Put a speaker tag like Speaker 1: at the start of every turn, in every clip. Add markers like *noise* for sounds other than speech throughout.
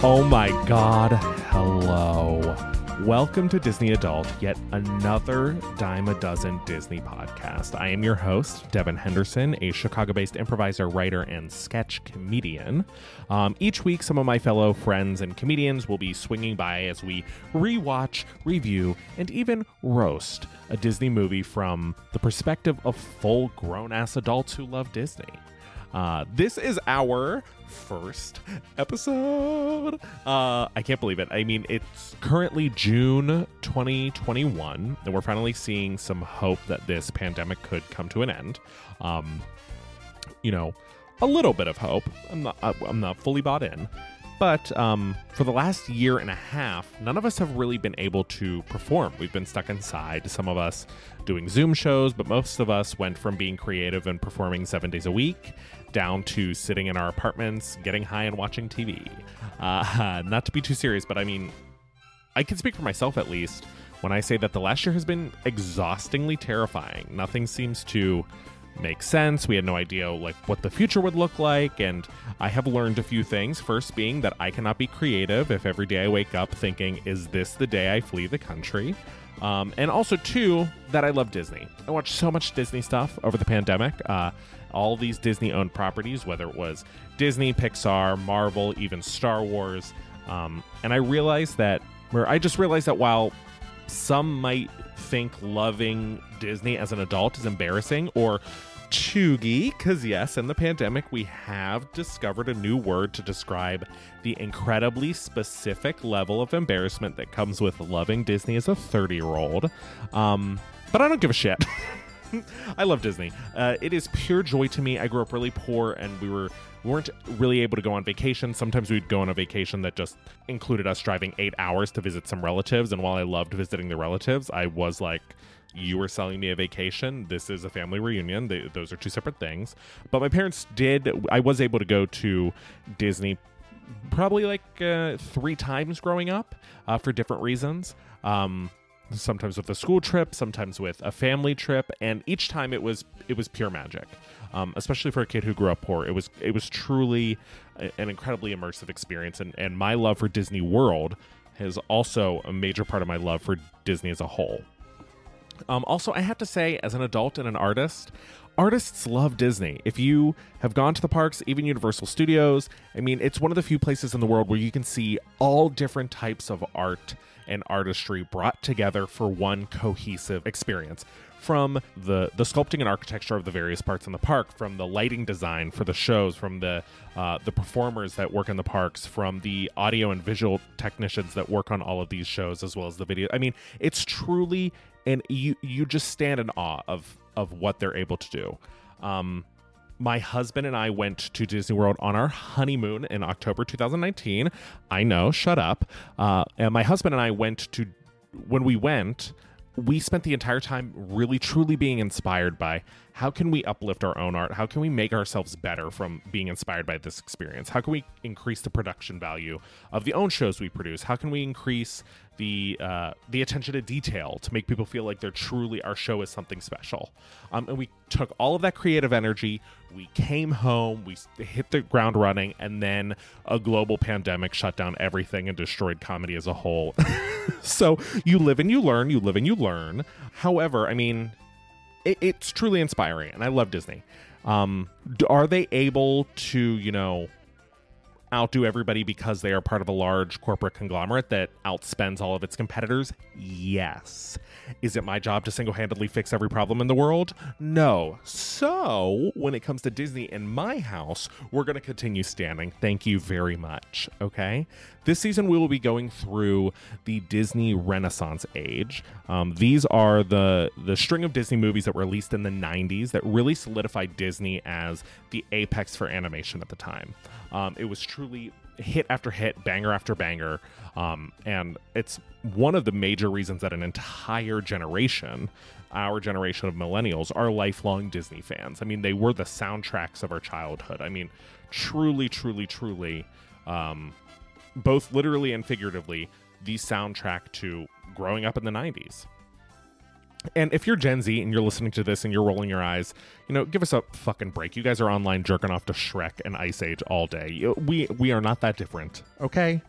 Speaker 1: Oh my god, hello. Welcome to Disney Adult, yet another dime a dozen Disney podcast. I am your host, Devin Henderson, a Chicago based improviser, writer, and sketch comedian. Um, each week, some of my fellow friends and comedians will be swinging by as we rewatch, review, and even roast a Disney movie from the perspective of full grown ass adults who love Disney. Uh, this is our first episode. Uh, I can't believe it. I mean, it's currently June 2021, and we're finally seeing some hope that this pandemic could come to an end. Um, you know, a little bit of hope. I'm not, I- I'm not fully bought in. But um, for the last year and a half, none of us have really been able to perform. We've been stuck inside, some of us doing Zoom shows, but most of us went from being creative and performing seven days a week down to sitting in our apartments, getting high, and watching TV. Uh, *laughs* not to be too serious, but I mean, I can speak for myself at least when I say that the last year has been exhaustingly terrifying. Nothing seems to make sense. We had no idea like what the future would look like and I have learned a few things. First being that I cannot be creative if every day I wake up thinking is this the day I flee the country? Um, and also, two, that I love Disney. I watched so much Disney stuff over the pandemic. Uh, all these Disney owned properties, whether it was Disney, Pixar, Marvel, even Star Wars. Um, and I realized that, or I just realized that while some might think loving Disney as an adult is embarrassing or chuggy, because yes, in the pandemic, we have discovered a new word to describe the incredibly specific level of embarrassment that comes with loving Disney as a 30 year old. Um, but I don't give a shit. *laughs* I love Disney. Uh, it is pure joy to me. I grew up really poor, and we were weren't really able to go on vacation. Sometimes we'd go on a vacation that just included us driving eight hours to visit some relatives. And while I loved visiting the relatives, I was like, "You are selling me a vacation. This is a family reunion. They, those are two separate things." But my parents did. I was able to go to Disney probably like uh, three times growing up uh, for different reasons. Um, sometimes with a school trip, sometimes with a family trip, and each time it was it was pure magic. Um, especially for a kid who grew up poor, it was it was truly a- an incredibly immersive experience. And and my love for Disney World is also a major part of my love for Disney as a whole. Um, also, I have to say, as an adult and an artist, artists love Disney. If you have gone to the parks, even Universal Studios, I mean, it's one of the few places in the world where you can see all different types of art and artistry brought together for one cohesive experience. From the the sculpting and architecture of the various parts in the park, from the lighting design for the shows, from the uh, the performers that work in the parks, from the audio and visual technicians that work on all of these shows, as well as the video. I mean, it's truly and you you just stand in awe of of what they're able to do. Um, my husband and I went to Disney World on our honeymoon in October 2019. I know, shut up. Uh, and my husband and I went to when we went. We spent the entire time really truly being inspired by how can we uplift our own art? How can we make ourselves better from being inspired by this experience? How can we increase the production value of the own shows we produce? How can we increase the uh, the attention to detail to make people feel like they're truly our show is something special. Um, and we took all of that creative energy, we came home, we s- hit the ground running, and then a global pandemic shut down everything and destroyed comedy as a whole. *laughs* so you live and you learn, you live and you learn. However, I mean, it, it's truly inspiring, and I love Disney. Um, d- are they able to, you know, outdo everybody because they are part of a large corporate conglomerate that outspends all of its competitors? Yes. Is it my job to single handedly fix every problem in the world? No. So, when it comes to Disney and my house, we're going to continue standing. Thank you very much. Okay. This season, we will be going through the Disney Renaissance Age. Um, these are the, the string of Disney movies that were released in the 90s that really solidified Disney as the apex for animation at the time. Um, it was truly hit after hit, banger after banger. Um, and it's one of the major reasons that an entire generation, our generation of millennials, are lifelong Disney fans. I mean, they were the soundtracks of our childhood. I mean, truly, truly, truly, um, both literally and figuratively, the soundtrack to growing up in the 90s. And if you're Gen Z and you're listening to this and you're rolling your eyes, you know, give us a fucking break. You guys are online jerking off to Shrek and Ice Age all day. You- We we are not that different, okay?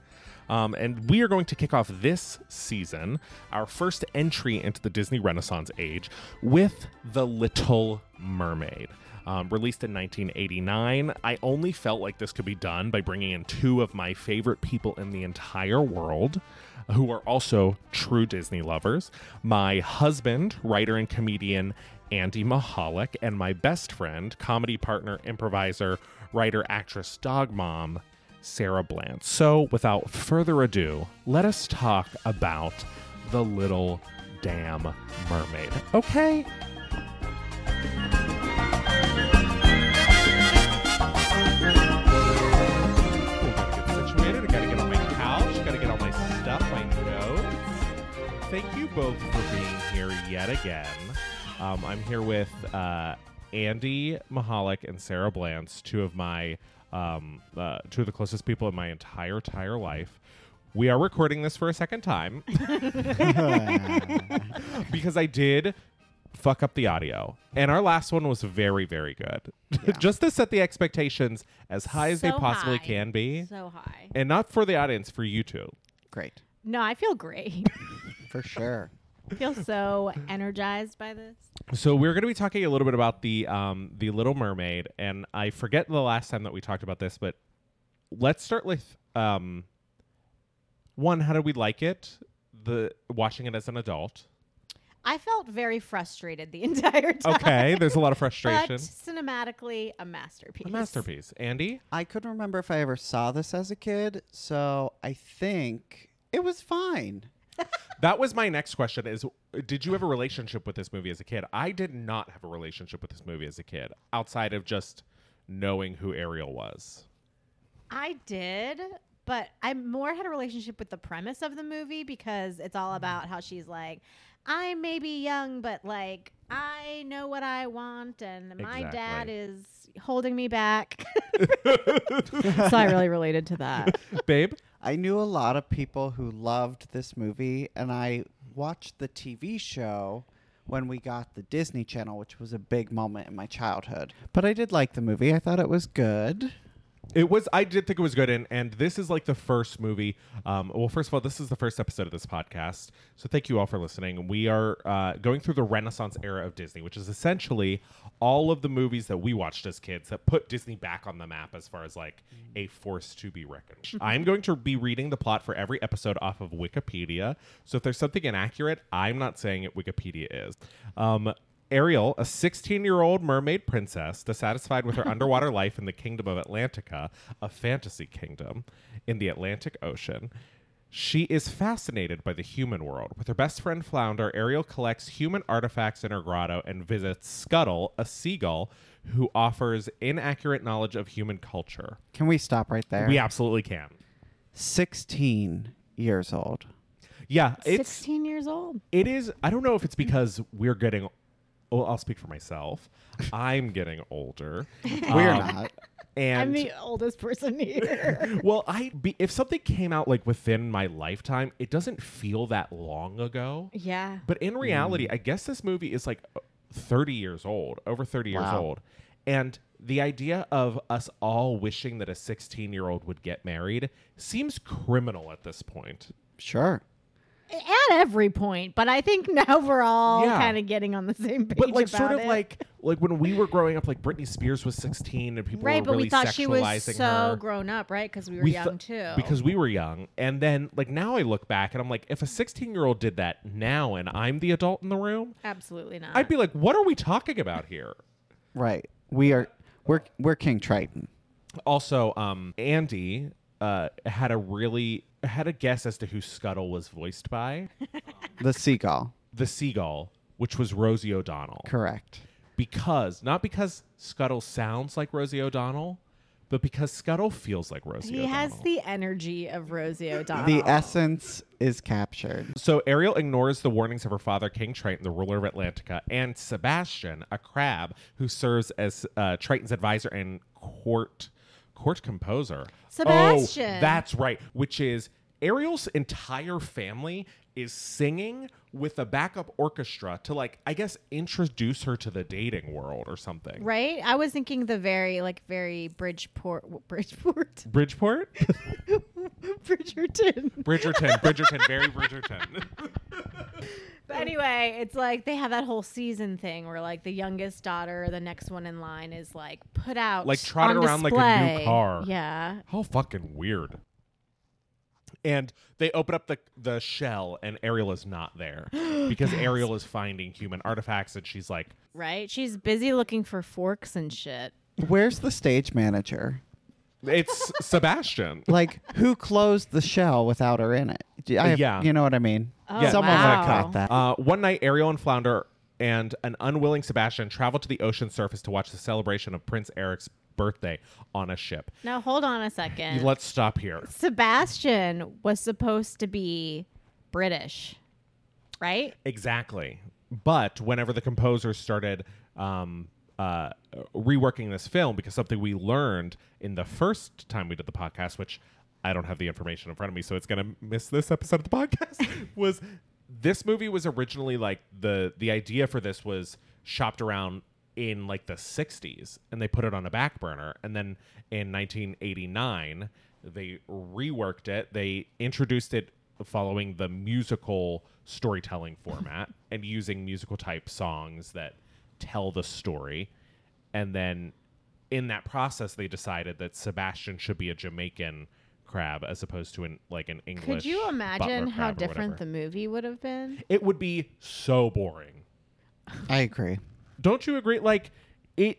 Speaker 1: Um, and we are going to kick off this season, our first entry into the Disney Renaissance age, with The Little Mermaid. Um, released in 1989, I only felt like this could be done by bringing in two of my favorite people in the entire world who are also true Disney lovers my husband, writer and comedian Andy Mahalik, and my best friend, comedy partner, improviser, writer, actress, dog mom, Sarah Bland. So, without further ado, let us talk about the little damn mermaid. Okay. We're gonna get situated. I gotta get on my couch. Gotta get all my stuff, my notes. Thank you both for being here yet again. Um, I'm here with uh, Andy Mahalik and Sarah Blance, two of my um, uh, two of the closest people in my entire entire life. We are recording this for a second time because I did fuck up the audio, and our last one was very very good. *laughs* Just to set the expectations as high as they
Speaker 2: So
Speaker 1: possibly
Speaker 2: high.
Speaker 1: can be.
Speaker 2: So high.
Speaker 1: And not for the audience, for you two.
Speaker 3: Great.
Speaker 2: No, I feel great. *laughs*
Speaker 3: For sure.
Speaker 2: I
Speaker 1: *laughs*
Speaker 2: feel so energized by this.
Speaker 1: So we're going to be talking a little bit about the um, the Little Mermaid, and I forget the last time that we talked about this, but let's start with um, one. How did we like it? The watching it as an
Speaker 2: *laughs*
Speaker 1: adult.
Speaker 2: I felt very frustrated the *laughs* entire time.
Speaker 1: Okay, there's a lot of
Speaker 2: *laughs* But
Speaker 1: frustration.
Speaker 2: cinematically, a masterpiece.
Speaker 1: a masterpiece, Andy.
Speaker 3: I couldn't remember if I ever saw this as a kid, so I think it was fine.
Speaker 1: That was my next question: Is did you have a relationship with this movie as a kid? I did not have a relationship with this movie as a kid, outside of just knowing who Ariel
Speaker 2: *laughs*
Speaker 1: was.
Speaker 2: I did, but I more had a relationship with the premise of the movie because
Speaker 1: Mm-hmm.
Speaker 2: it's all about how she's like, I may be young, but like, I know what I want, and my dad
Speaker 1: Exactly.
Speaker 2: is holding
Speaker 1: *laughs*
Speaker 2: me back. so I really related to that.
Speaker 1: Babe,
Speaker 3: I knew a lot of people who loved this movie, and I watched the TV show when we got the Disney Channel, which was a big moment in my childhood. But I did like the movie, I thought it was good.
Speaker 1: It was. I did think it was good, and and this is like the first movie. Um, well, first of all, this is the first episode of this podcast, so thank you all for listening. We are uh, going through the Renaissance era of Disney, which is essentially all of the movies that we watched as kids that put Disney back on the map as far as like a force to be reckoned. with. I'm going to be reading the plot for every episode off of Wikipedia, so if there's something inaccurate, I'm not saying it. Wikipedia is. Um, Ariel, a 16 year old mermaid princess dissatisfied with her
Speaker 3: *laughs*
Speaker 1: underwater life in the kingdom of Atlantica, a fantasy kingdom in the Atlantic Ocean. She is fascinated by the human world. With her best friend Flounder, Ariel collects human artifacts in her grotto and visits Scuttle, a seagull who offers inaccurate knowledge of human culture.
Speaker 3: Can we stop right there?
Speaker 1: We absolutely can.
Speaker 3: 16 years old.
Speaker 1: Yeah, it's
Speaker 2: 16 years old.
Speaker 1: It is. I don't know if it's because we're getting. Well, I'll speak for myself. I'm getting older.
Speaker 3: *laughs* We're
Speaker 1: Um,
Speaker 3: not.
Speaker 1: And
Speaker 2: I'm the oldest person here.
Speaker 1: well, I be, if something came out like within my lifetime, it doesn't feel that long ago.
Speaker 2: yeah.
Speaker 1: But in reality, I guess this movie is like 30 years old, over 30 years
Speaker 3: Wow.
Speaker 1: old. And the idea of us all wishing that a 16 year old would get married seems criminal at this point.
Speaker 3: Sure.
Speaker 2: At every point, but I think now we're all
Speaker 1: Yeah.
Speaker 2: kind of getting on the same page.
Speaker 1: but like sort
Speaker 2: about
Speaker 1: of
Speaker 2: it.
Speaker 1: like like when we were growing up like Britney Spears was 16 and people
Speaker 2: right,
Speaker 1: were
Speaker 2: but
Speaker 1: really
Speaker 2: we thought
Speaker 1: sexualizing
Speaker 2: she was so
Speaker 1: her
Speaker 2: grown up, right? Because we were
Speaker 1: We
Speaker 2: young
Speaker 1: thought-
Speaker 2: too.
Speaker 1: because we were young and then like now I look back and I'm like if a 16 year old did that now and I'm the adult in the room
Speaker 2: absolutely not.
Speaker 1: I'd be like what are we talking about here
Speaker 3: Right. We are we're we're King Triton.
Speaker 1: also um Andy uh had a really had a guess as to who Scuttle was voiced
Speaker 2: *laughs*
Speaker 1: by
Speaker 3: The seagull.
Speaker 1: the seagull which was Rosie O'Donnell
Speaker 3: Correct.
Speaker 1: because not because Scuttle sounds like Rosie O'Donnell, but because Scuttle feels like Rosie
Speaker 2: he
Speaker 1: O'Donnell.
Speaker 2: has the energy of Rosie O'Donnell.
Speaker 3: The essence is captured.
Speaker 1: so Ariel ignores the warnings of her father, King Triton, the ruler of Atlantica, and Sebastian, a crab who serves as uh, Triton's advisor and court court composer.
Speaker 2: Sebastian.
Speaker 1: Oh, that's right. Which is Ariel's entire family is singing with a backup orchestra to like I guess introduce her to the dating world or something.
Speaker 2: Right? I was thinking the very like very Bridgeport Bridgeport *laughs*
Speaker 1: Bridgeport?
Speaker 2: Bridgerton.
Speaker 1: Bridgerton, Bridgerton, very Bridgerton.
Speaker 2: But anyway, it's like they have that whole season thing where like the youngest daughter, the next one in line, is like put out
Speaker 1: Like, trotted
Speaker 2: on
Speaker 1: around like a new
Speaker 2: display.
Speaker 1: car.
Speaker 2: Yeah,
Speaker 1: How fucking weird. And they open up the the shell and Ariel is not there *gasps* because Ariel is finding human artifacts and she's like,
Speaker 2: right. She's busy looking for forks and shit.
Speaker 3: Where's the stage manager?
Speaker 1: "It's *laughs* Sebastian."
Speaker 2: *laughs*
Speaker 3: Like, who closed the shell without her in it? Do- I have-
Speaker 1: Yeah.
Speaker 3: You know what I mean?
Speaker 2: Oh,
Speaker 1: Yeah.
Speaker 3: Someone
Speaker 2: wow.
Speaker 3: would have caught that.
Speaker 1: Uh, one night, Ariel and Flounder and an unwilling Sebastian travel to the ocean surface to watch the celebration of Prince Eric's birthday on a ship.
Speaker 2: Now hold on a second.
Speaker 1: Let's stop here.
Speaker 2: Sebastian was supposed to be British, right?
Speaker 1: Exactly. But whenever the composers started um, uh, reworking this film, because something we learned in the first time we did the podcast, which I don't have the information in front of me, so it's going to miss this episode of the *laughs* podcast, was this movie was originally like the the idea for this was shopped around in like the 60s and they put it on a back burner and then in 1989 they reworked it they introduced it following the musical storytelling
Speaker 2: *laughs*
Speaker 1: format and using musical type songs that tell the story. And then in that process, they decided that Sebastian should be a Jamaican crab as opposed to an like an English.
Speaker 2: Could you
Speaker 1: butler
Speaker 2: imagine how
Speaker 1: crab or
Speaker 2: different the
Speaker 1: whatever.
Speaker 2: movie would have been?
Speaker 1: it would be? So boring.
Speaker 3: I agree.
Speaker 1: Don't you agree? Like it.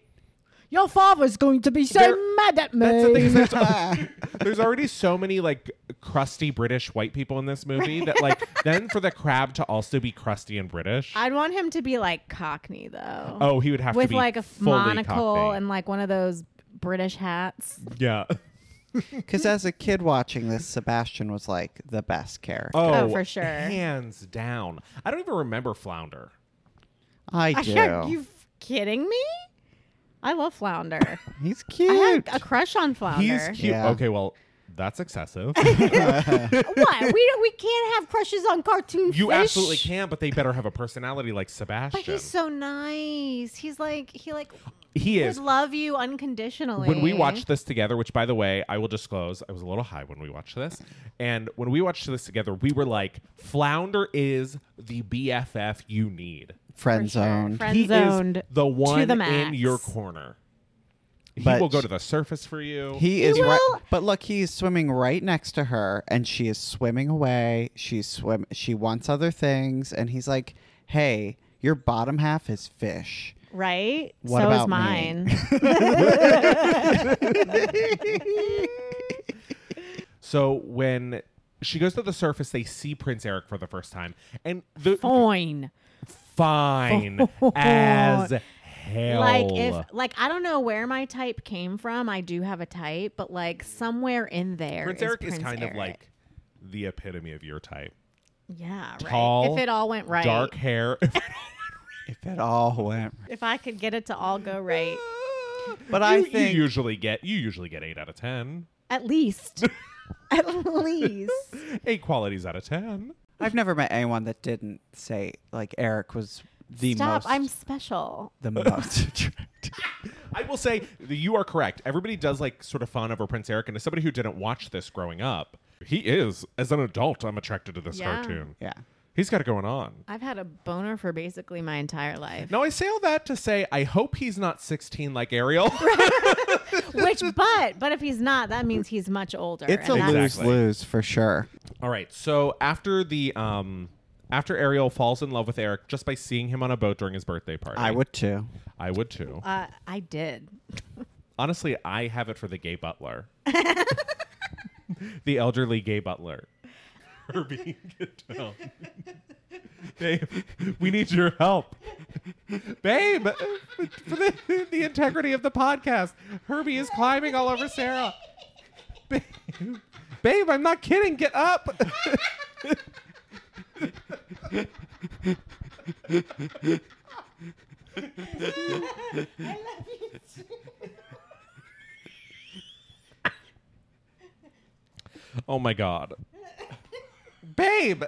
Speaker 2: Your father's going to be so
Speaker 1: There-
Speaker 2: mad at me.
Speaker 1: That's the thing. is
Speaker 2: *laughs*
Speaker 1: There's, al- there's already so many like crusty British white people in this movie that
Speaker 2: *laughs*
Speaker 1: like then for the crab to also be crusty and British.
Speaker 2: I'd want him to be like Cockney though.
Speaker 1: oh, he would have to
Speaker 2: with
Speaker 1: be
Speaker 2: like a
Speaker 1: fully
Speaker 2: monocle
Speaker 1: Cockney.
Speaker 2: and like one of those British hats.
Speaker 1: yeah.
Speaker 3: Because as a kid watching this, Sebastian was like the best character.
Speaker 2: *laughs* Oh, for sure.
Speaker 1: Hands down. I don't even remember Flounder.
Speaker 3: I
Speaker 2: *laughs* Are
Speaker 3: do.
Speaker 2: you f- kidding me? I love Flounder.
Speaker 3: He's
Speaker 2: I
Speaker 3: cute.
Speaker 2: had a crush on Flounder.
Speaker 1: He's *laughs* cute.
Speaker 3: Yeah.
Speaker 1: Okay, well, that's
Speaker 2: *laughs*
Speaker 1: excessive.
Speaker 2: what? We don't, we can't have crushes on cartoon
Speaker 1: you
Speaker 2: fish.
Speaker 1: absolutely can, but they better have a personality like Sebastian.
Speaker 2: But he's so nice. He's like he like
Speaker 1: he
Speaker 2: would
Speaker 1: is.
Speaker 2: love you unconditionally.
Speaker 1: When we watched this together, which by the way, I will disclose, I was a little high when we watched this. And when we watched this together, we were like, Flounder is the BFF you need.
Speaker 3: Friend zoned.
Speaker 2: Friend
Speaker 1: he
Speaker 2: zoned
Speaker 1: is the one in
Speaker 2: max.
Speaker 1: your corner.
Speaker 3: But
Speaker 1: he will go to the surface for you.
Speaker 3: He is right,
Speaker 2: will-
Speaker 3: but look, he's swimming right next to her, and she is swimming away. She's swim. She wants other things, and he's like, "Hey, your bottom half is fish."
Speaker 2: right?
Speaker 3: What
Speaker 2: so
Speaker 3: about
Speaker 2: is
Speaker 3: me?
Speaker 2: mine.
Speaker 1: *laughs* So when she goes to the surface, they see Prince Eric for the first time, and the
Speaker 2: Fine.
Speaker 1: fine as hell.
Speaker 2: Like if like I don't know where my type came from. I do have a type, but like somewhere in there.
Speaker 1: Prince Eric is
Speaker 2: Prince
Speaker 1: kind
Speaker 2: Eric.
Speaker 1: of like the epitome of your type.
Speaker 2: Yeah, right.
Speaker 1: tall,
Speaker 2: if it all went right.
Speaker 1: Dark *laughs* hair.
Speaker 3: If it all went, right.
Speaker 2: If I could get it to all go right.
Speaker 3: but I
Speaker 1: You-
Speaker 3: think
Speaker 1: you usually get you usually get eight out of ten.
Speaker 2: At least. *laughs* At least.
Speaker 1: Eight qualities out of ten.
Speaker 3: I've never met anyone that didn't say like Eric was the
Speaker 2: Stop.
Speaker 3: most.
Speaker 2: I'm special.
Speaker 3: the
Speaker 2: *laughs*
Speaker 3: most attractive.
Speaker 1: I will say that you are correct. Everybody does like sort of fawn over Prince Eric, and as somebody who didn't watch this growing up, he is as an adult. I'm attracted to this
Speaker 2: Yeah.
Speaker 1: cartoon.
Speaker 3: Yeah,
Speaker 1: He's got it going on.
Speaker 2: I've had a boner for basically my entire life.
Speaker 1: Now I say all that to say I hope he's not 16 like *laughs* Ariel.
Speaker 2: Which but but if he's not, that means he's much older.
Speaker 3: it's a
Speaker 2: and that's-
Speaker 3: lose lose for sure.
Speaker 1: all right. So after the um after Ariel falls in love with Eric just by seeing him on a boat during his birthday party.
Speaker 3: I would too.
Speaker 1: I would too.
Speaker 2: Uh, I did.
Speaker 1: Honestly, I have it for the gay *laughs* butler. the elderly gay butler. Herbie Goodell. Babe, we need your help. Babe, for the, the integrity of the podcast, Herbie is climbing all over Sarah. Babe, babe I'm not kidding. Get up. oh my God. Babe,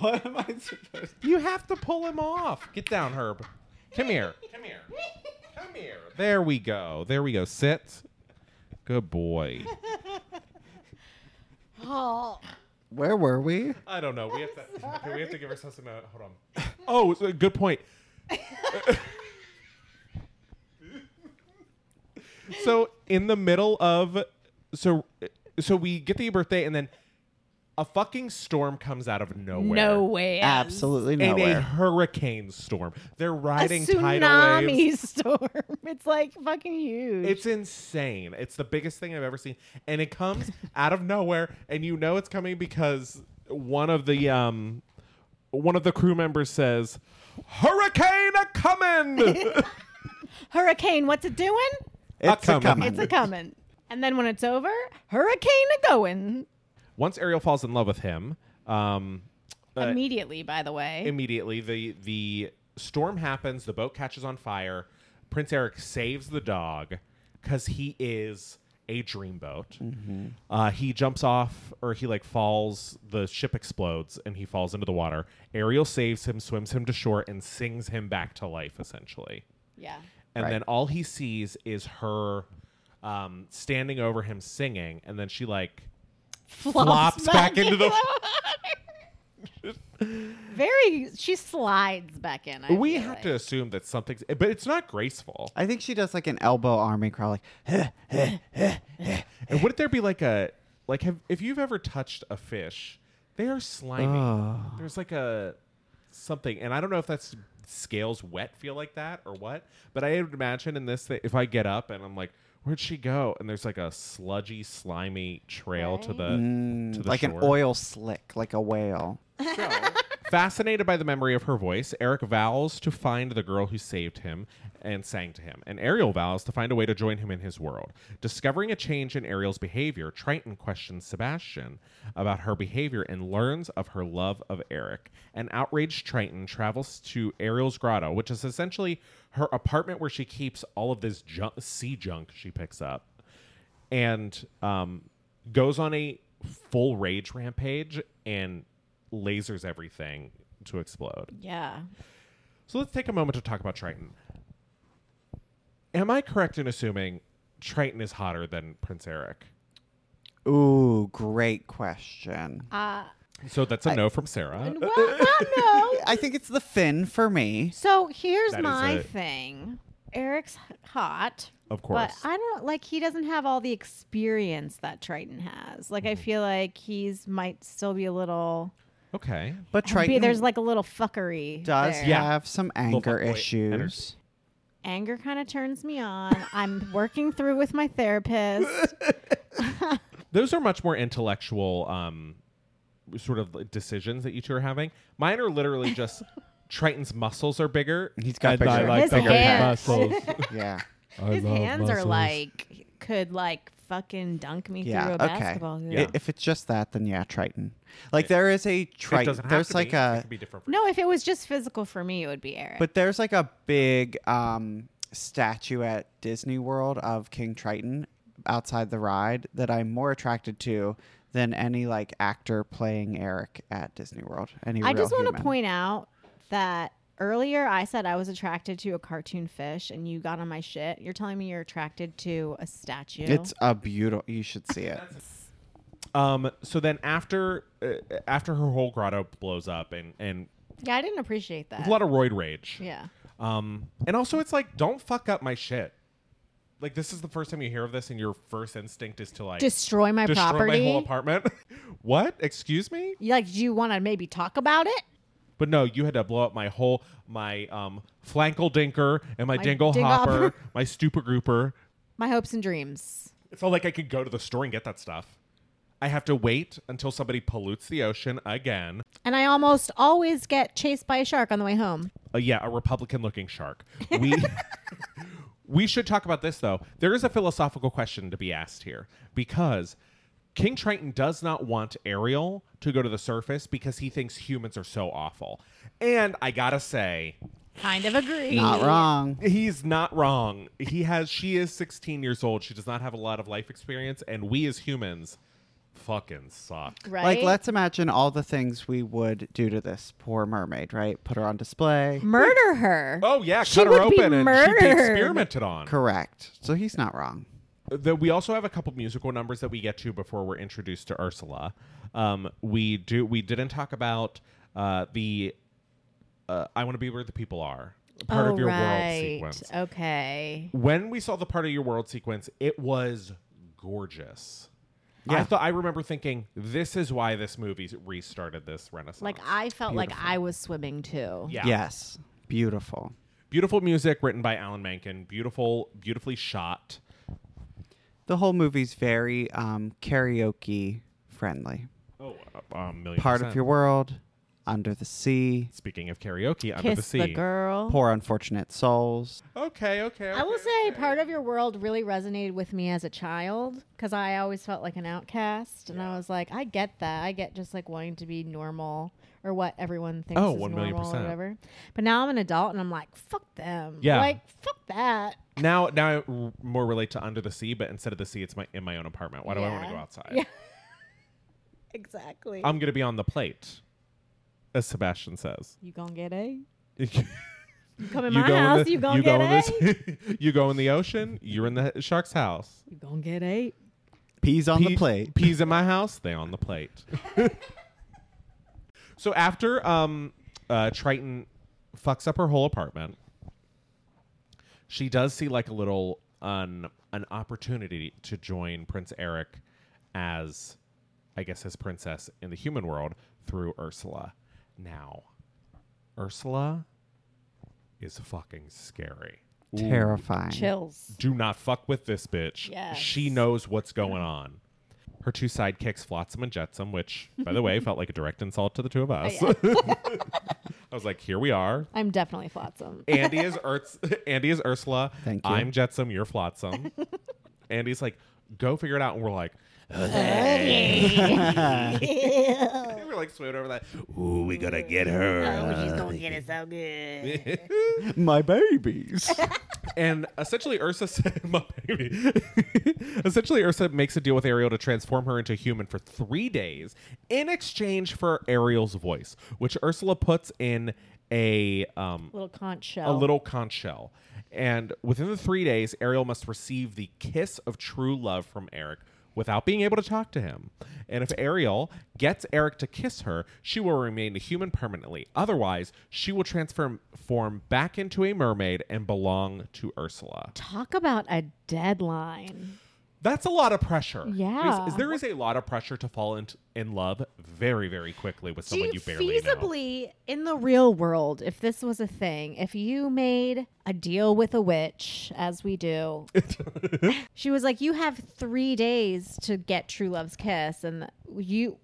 Speaker 3: What am I supposed
Speaker 1: You have to pull him off. Get down, Herb. Come here. Come here. Come here. There we go. There we go. Sit. Good boy.
Speaker 2: *laughs* Oh,
Speaker 3: Where were we?
Speaker 1: I don't know. We have to. okay, we have to give ourselves a minute. Hold on. *laughs* Oh, it's a good point. *laughs* so in the middle of so so we get the birthday and then a fucking storm comes out of nowhere.
Speaker 2: no way.
Speaker 3: Absolutely
Speaker 1: In a
Speaker 3: nowhere.
Speaker 1: hurricane storm. They're
Speaker 2: A
Speaker 1: riding tidal waves.
Speaker 2: tsunami storm. *laughs* It's like fucking huge.
Speaker 1: It's insane. It's the biggest thing I've ever seen, and it comes out of nowhere, and you know it's coming because one of the um, one of the crew members says, "Hurricane a coming."
Speaker 2: hurricane, what's it doing?
Speaker 3: It's a
Speaker 1: coming.
Speaker 3: coming.
Speaker 2: It's a coming. And then when it's over, hurricane a going.
Speaker 1: Once Ariel falls in love with him, um, uh,
Speaker 2: Immediately, by the way.
Speaker 1: immediately the the storm happens. The boat catches on fire. Prince Eric saves the dog because he is a dreamboat. Uh, he jumps off, or he like falls. The ship explodes, and he falls into the water. Ariel saves him, swims him to shore, and sings him back to life. Essentially,
Speaker 2: yeah.
Speaker 1: and
Speaker 3: Right.
Speaker 1: then all he sees is her um, standing over him singing, and then she like Flops back into the-
Speaker 2: water. *laughs* Very, she slides back in. I
Speaker 1: we
Speaker 2: feel
Speaker 1: have
Speaker 2: like.
Speaker 1: to assume that something's, but it's not graceful.
Speaker 3: I think she does like an elbow army crawl, like *laughs*
Speaker 1: And wouldn't there be like a like have if you've ever touched a fish, they are slimy.
Speaker 3: Oh.
Speaker 1: There's like a something, and I don't know if that's scales wet feel like that or what, but I would imagine in this that if I get up and I'm like, where'd she go? And there's like a sludgy, slimy trail to the
Speaker 3: mm,
Speaker 1: to the
Speaker 3: like
Speaker 1: shore.
Speaker 3: an oil slick, like a whale.
Speaker 1: *laughs* Fascinated by the memory of her voice, Eric vows to find the girl who saved him and sang to him, and Ariel vows to find a way to join him in his world. Discovering a change in Ariel's behavior, Triton questions Sebastian about her behavior and learns of her love of Eric. An outraged Triton travels to Ariel's grotto, which is essentially her apartment where she keeps all of this junk, sea junk she picks up and um, goes on a full rage rampage and lasers everything to explode.
Speaker 2: Yeah.
Speaker 1: So let's take a moment to talk about Triton. Am I correct in assuming Triton is hotter than Prince Eric?
Speaker 3: Ooh, great question.
Speaker 2: Uh,
Speaker 1: So that's a no from Sarah.
Speaker 2: and *laughs* well, not no.
Speaker 3: I think it's the fin for me.
Speaker 2: So here's
Speaker 1: That is
Speaker 2: my
Speaker 1: it.
Speaker 2: thing. Eric's h- hot.
Speaker 1: Of course.
Speaker 2: But I don't like he doesn't have all the experience that Triton has. Like I
Speaker 1: Mm-hmm.
Speaker 2: feel like he's might still be a little
Speaker 1: Okay.
Speaker 3: But
Speaker 2: be,
Speaker 3: Triton
Speaker 2: there's like a little fuckery.
Speaker 3: does
Speaker 2: there.
Speaker 1: Yeah.
Speaker 3: have some anger
Speaker 1: fuckboy
Speaker 3: issues.
Speaker 1: energy.
Speaker 2: Anger kind of turns me on. I'm working through with my
Speaker 1: *laughs*
Speaker 2: therapist.
Speaker 1: Those are much more intellectual um, sort of decisions that you two are having. Mine are literally just Triton's muscles are bigger.
Speaker 3: He's got
Speaker 4: and I
Speaker 3: bigger.
Speaker 4: like
Speaker 2: His
Speaker 4: bigger
Speaker 2: hands.
Speaker 4: muscles.
Speaker 3: yeah.
Speaker 4: I
Speaker 2: His
Speaker 4: love
Speaker 2: hands are
Speaker 4: muscles.
Speaker 2: like could like fucking dunk me
Speaker 3: Yeah.
Speaker 2: through a
Speaker 3: Okay.
Speaker 2: basketball hoop.
Speaker 3: I- If it's just that, then yeah, Triton. Like there is a
Speaker 1: It
Speaker 3: Triton.
Speaker 1: doesn't have
Speaker 3: There's
Speaker 1: to
Speaker 3: like
Speaker 1: be. It
Speaker 3: a
Speaker 1: could be different. for
Speaker 2: No, if it was just physical for me, it would be Eric.
Speaker 3: but there's like a big um statue at Disney World of King Triton outside the ride that I'm more attracted to than any like actor playing Eric at Disney World. Any
Speaker 2: I just
Speaker 3: want
Speaker 2: want to point out that earlier I said I was attracted to a cartoon fish, and you got on my shit. You're telling me you're attracted to a statue.
Speaker 3: It's a beautiful. You should see it.
Speaker 1: Um. So then after uh, after her whole grotto blows up and and
Speaker 2: yeah, I didn't appreciate that.
Speaker 1: a lot of roid rage.
Speaker 2: yeah,
Speaker 1: Um. And also it's like don't fuck up my shit. Like this is the first time you hear of this, and your first instinct is to like
Speaker 2: destroy my
Speaker 1: destroy
Speaker 2: property.
Speaker 1: my whole apartment. *laughs* what? Excuse me?
Speaker 2: You- like, do you want to maybe talk about it?
Speaker 1: But no, you had to blow up my whole my um flankle dinker and my,
Speaker 2: My
Speaker 1: dingle,
Speaker 2: dingle
Speaker 1: hopper,
Speaker 2: hopper.
Speaker 1: *laughs* my stupor grouper.
Speaker 2: My hopes and dreams.
Speaker 1: It's not like I could go to the store and get that stuff. I have to wait until somebody pollutes the ocean again.
Speaker 2: And I almost always get chased by a shark on the way home.
Speaker 1: uh, yeah, a Republican looking shark. We *laughs* we should talk about this though. There is a philosophical question to be asked here because King Triton does not want Ariel to go to the surface because he thinks humans are so awful. And I got to say,
Speaker 2: Kind of agree.
Speaker 3: Not wrong.
Speaker 1: he's not wrong. He has she is 16 years old. She does not have a lot of life experience and we as humans fucking suck.
Speaker 2: Right?
Speaker 3: Like, let's imagine all the things we would do to this poor mermaid, right? Put her on display. *laughs*
Speaker 2: murder her.
Speaker 1: Oh yeah,
Speaker 2: She
Speaker 1: cut her
Speaker 2: would be
Speaker 1: open and she'd be
Speaker 2: murdered.
Speaker 1: experimented on.
Speaker 3: Correct. So he's not wrong.
Speaker 1: The, we also have a couple musical numbers that we get to before we're introduced to Ursula. Um, we do. We didn't talk about uh, the uh, "I Want to Be Where the People Are" part
Speaker 2: oh,
Speaker 1: of your
Speaker 2: right.
Speaker 1: world sequence.
Speaker 2: Okay.
Speaker 1: When we saw the part of your world sequence, it was gorgeous. I
Speaker 3: Yeah.
Speaker 1: thought I remember thinking, "This is why this movie restarted this renaissance."
Speaker 2: Like I felt like I was swimming too.
Speaker 1: yeah.
Speaker 3: Yes. Beautiful.
Speaker 1: beautiful music written by Alan Menken. Beautiful, beautifully shot.
Speaker 3: The whole movie's very um, karaoke friendly.
Speaker 1: Oh, a- a million
Speaker 3: Part
Speaker 1: percent.
Speaker 3: of your world, under the sea,
Speaker 1: Speaking of karaoke, under
Speaker 2: Kiss
Speaker 1: the
Speaker 2: the,
Speaker 1: sea.
Speaker 2: girl.
Speaker 3: poor unfortunate souls.
Speaker 1: Okay, okay.
Speaker 2: I will
Speaker 1: okay,
Speaker 2: say
Speaker 1: okay.
Speaker 2: part of your world really resonated with me as a child because I always felt like an outcast, and I was like, I get that. I get just like wanting to be normal or what everyone thinks
Speaker 1: Oh,
Speaker 2: is
Speaker 1: one million
Speaker 2: normal
Speaker 1: percent.
Speaker 2: or whatever. But now I'm an adult, and I'm like, fuck them.
Speaker 1: Yeah.
Speaker 2: like fuck that.
Speaker 1: now now I r- more relate to under the sea, but instead of the sea, it's my in my own apartment. Why do I want to
Speaker 2: *laughs* Yeah.
Speaker 1: go outside?
Speaker 2: Yeah, exactly.
Speaker 1: I'm gonna be on the plate, as Sebastian says. *laughs*
Speaker 2: you gonna get a?
Speaker 1: you
Speaker 2: You come in
Speaker 1: go
Speaker 2: my
Speaker 1: in
Speaker 2: house,
Speaker 1: the-
Speaker 2: you gonna
Speaker 1: you
Speaker 2: get
Speaker 1: go in
Speaker 2: a?
Speaker 1: this- *laughs* you go in the ocean. You're in the shark's house.
Speaker 2: *laughs* You gonna get eight?
Speaker 3: Peas on the
Speaker 1: Pea-
Speaker 3: plate.
Speaker 1: Peas in my house, they on the plate.
Speaker 3: *laughs*
Speaker 1: so after um, uh, Triton fucks up her whole apartment, she does see like a little an an opportunity to join Prince Eric as, I guess, his princess in the human world through Ursula. Now, Ursula is fucking scary.
Speaker 3: Terrifying.
Speaker 2: Chills.
Speaker 1: Do not fuck with this bitch.
Speaker 2: Yes.
Speaker 1: She knows what's going on. Her two sidekicks, Flotsam and Jetsam, which, by the way, felt like a direct insult to the two of us. *laughs* I was like, here we are.
Speaker 2: I'm definitely flotsam.
Speaker 1: Andy is Urs- *laughs* Andy is Ursula.
Speaker 3: Thank you.
Speaker 1: I'm Jetsam, you're Flotsam. Andy's like, go figure it out. And we're like, *laughs* we were like swimming over that. Ooh, we gotta get her.
Speaker 2: she's gonna get it so
Speaker 1: *laughs*
Speaker 3: *laughs*
Speaker 2: good.
Speaker 3: My
Speaker 2: *laughs*
Speaker 3: babies.
Speaker 1: And essentially, Ursa *laughs* said, "My baby." essentially, Ursa makes a deal with Ariel to transform her into human for three days in exchange for Ariel's voice, which Ursula puts in a um,
Speaker 2: *laughs* Little conch shell.
Speaker 1: a little conch shell. And within the three days, Ariel must receive the kiss of true love from Eric without being able to talk to him. And if Ariel gets Eric to kiss her, she will remain a human permanently. Otherwise, she will transform back into a mermaid and belong to Ursula.
Speaker 2: Talk about a deadline.
Speaker 1: That's a lot of pressure.
Speaker 2: Yeah.
Speaker 1: Is- there is a lot of pressure to fall in, in love very, very quickly with
Speaker 2: Do
Speaker 1: someone
Speaker 2: you
Speaker 1: you, barely know.
Speaker 2: feasibly, in the real world, if this was a thing, if you made a deal with a witch, as
Speaker 1: *laughs*
Speaker 2: we do, she was like, "You have three days to get true love's kiss," and you,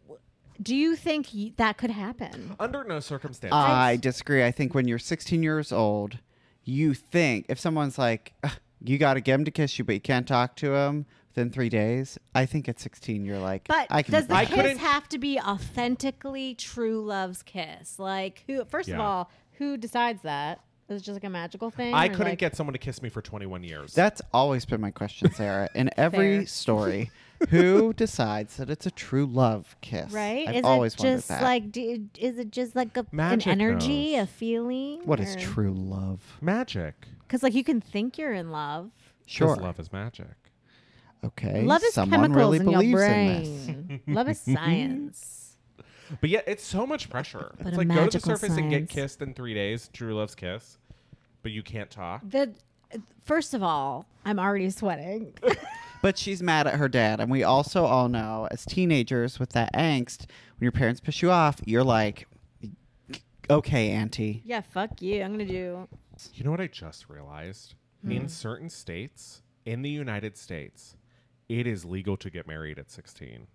Speaker 2: do you think y- that could happen?
Speaker 1: Under no circumstances.
Speaker 3: I disagree. I think when you're 16 years old, you think if someone's like, "Ugh, you got to get him to kiss you, but you can't talk to him within three days. I think at 16, you're like,
Speaker 2: But
Speaker 3: I can
Speaker 2: does the
Speaker 1: I couldn't-
Speaker 2: kiss have to be authentically true love's kiss? Like, who? First of
Speaker 1: Yeah.
Speaker 2: all, who decides that? Is it just like a magical thing?
Speaker 1: I
Speaker 2: or,
Speaker 1: couldn't
Speaker 2: like-
Speaker 1: get someone to kiss me for 21 years.
Speaker 3: That's always been my
Speaker 2: *laughs*
Speaker 3: question, Sarah. In every
Speaker 2: Fair.
Speaker 3: story,
Speaker 2: *laughs*
Speaker 3: who decides that it's a true love kiss?
Speaker 2: right?
Speaker 3: I've
Speaker 2: is
Speaker 3: always
Speaker 2: it
Speaker 3: wondered
Speaker 2: just
Speaker 3: that.
Speaker 2: like do, is it just like a, an
Speaker 1: Magic
Speaker 2: energy,
Speaker 1: knows.
Speaker 2: a feeling?
Speaker 3: what is true love?
Speaker 1: magic.
Speaker 2: Because like you can think you're in love.
Speaker 1: 'Cause
Speaker 3: Sure.
Speaker 1: love is magic.
Speaker 3: Okay.
Speaker 2: love is
Speaker 3: Someone
Speaker 2: chemicals
Speaker 3: really
Speaker 2: in your
Speaker 3: believes this. Mhm.
Speaker 2: brain. *laughs*
Speaker 3: *laughs*
Speaker 2: love is science.
Speaker 1: But yeah, it's so much pressure.
Speaker 2: But
Speaker 1: it's
Speaker 2: a
Speaker 1: like go to the
Speaker 2: magical
Speaker 1: surface and get
Speaker 2: science.
Speaker 1: kissed in three days. True love's kiss, but you can't talk.
Speaker 2: The first of all, I'm already sweating. *laughs*
Speaker 3: But she's mad at her dad. And we also all know, as teenagers with that angst, when your parents push you off, you're like, okay, Auntie.
Speaker 2: yeah, fuck you. I'm gonna do.
Speaker 1: You know what I just realized?
Speaker 2: Hmm.
Speaker 1: In certain states, in the United States, it is legal to get married at 16.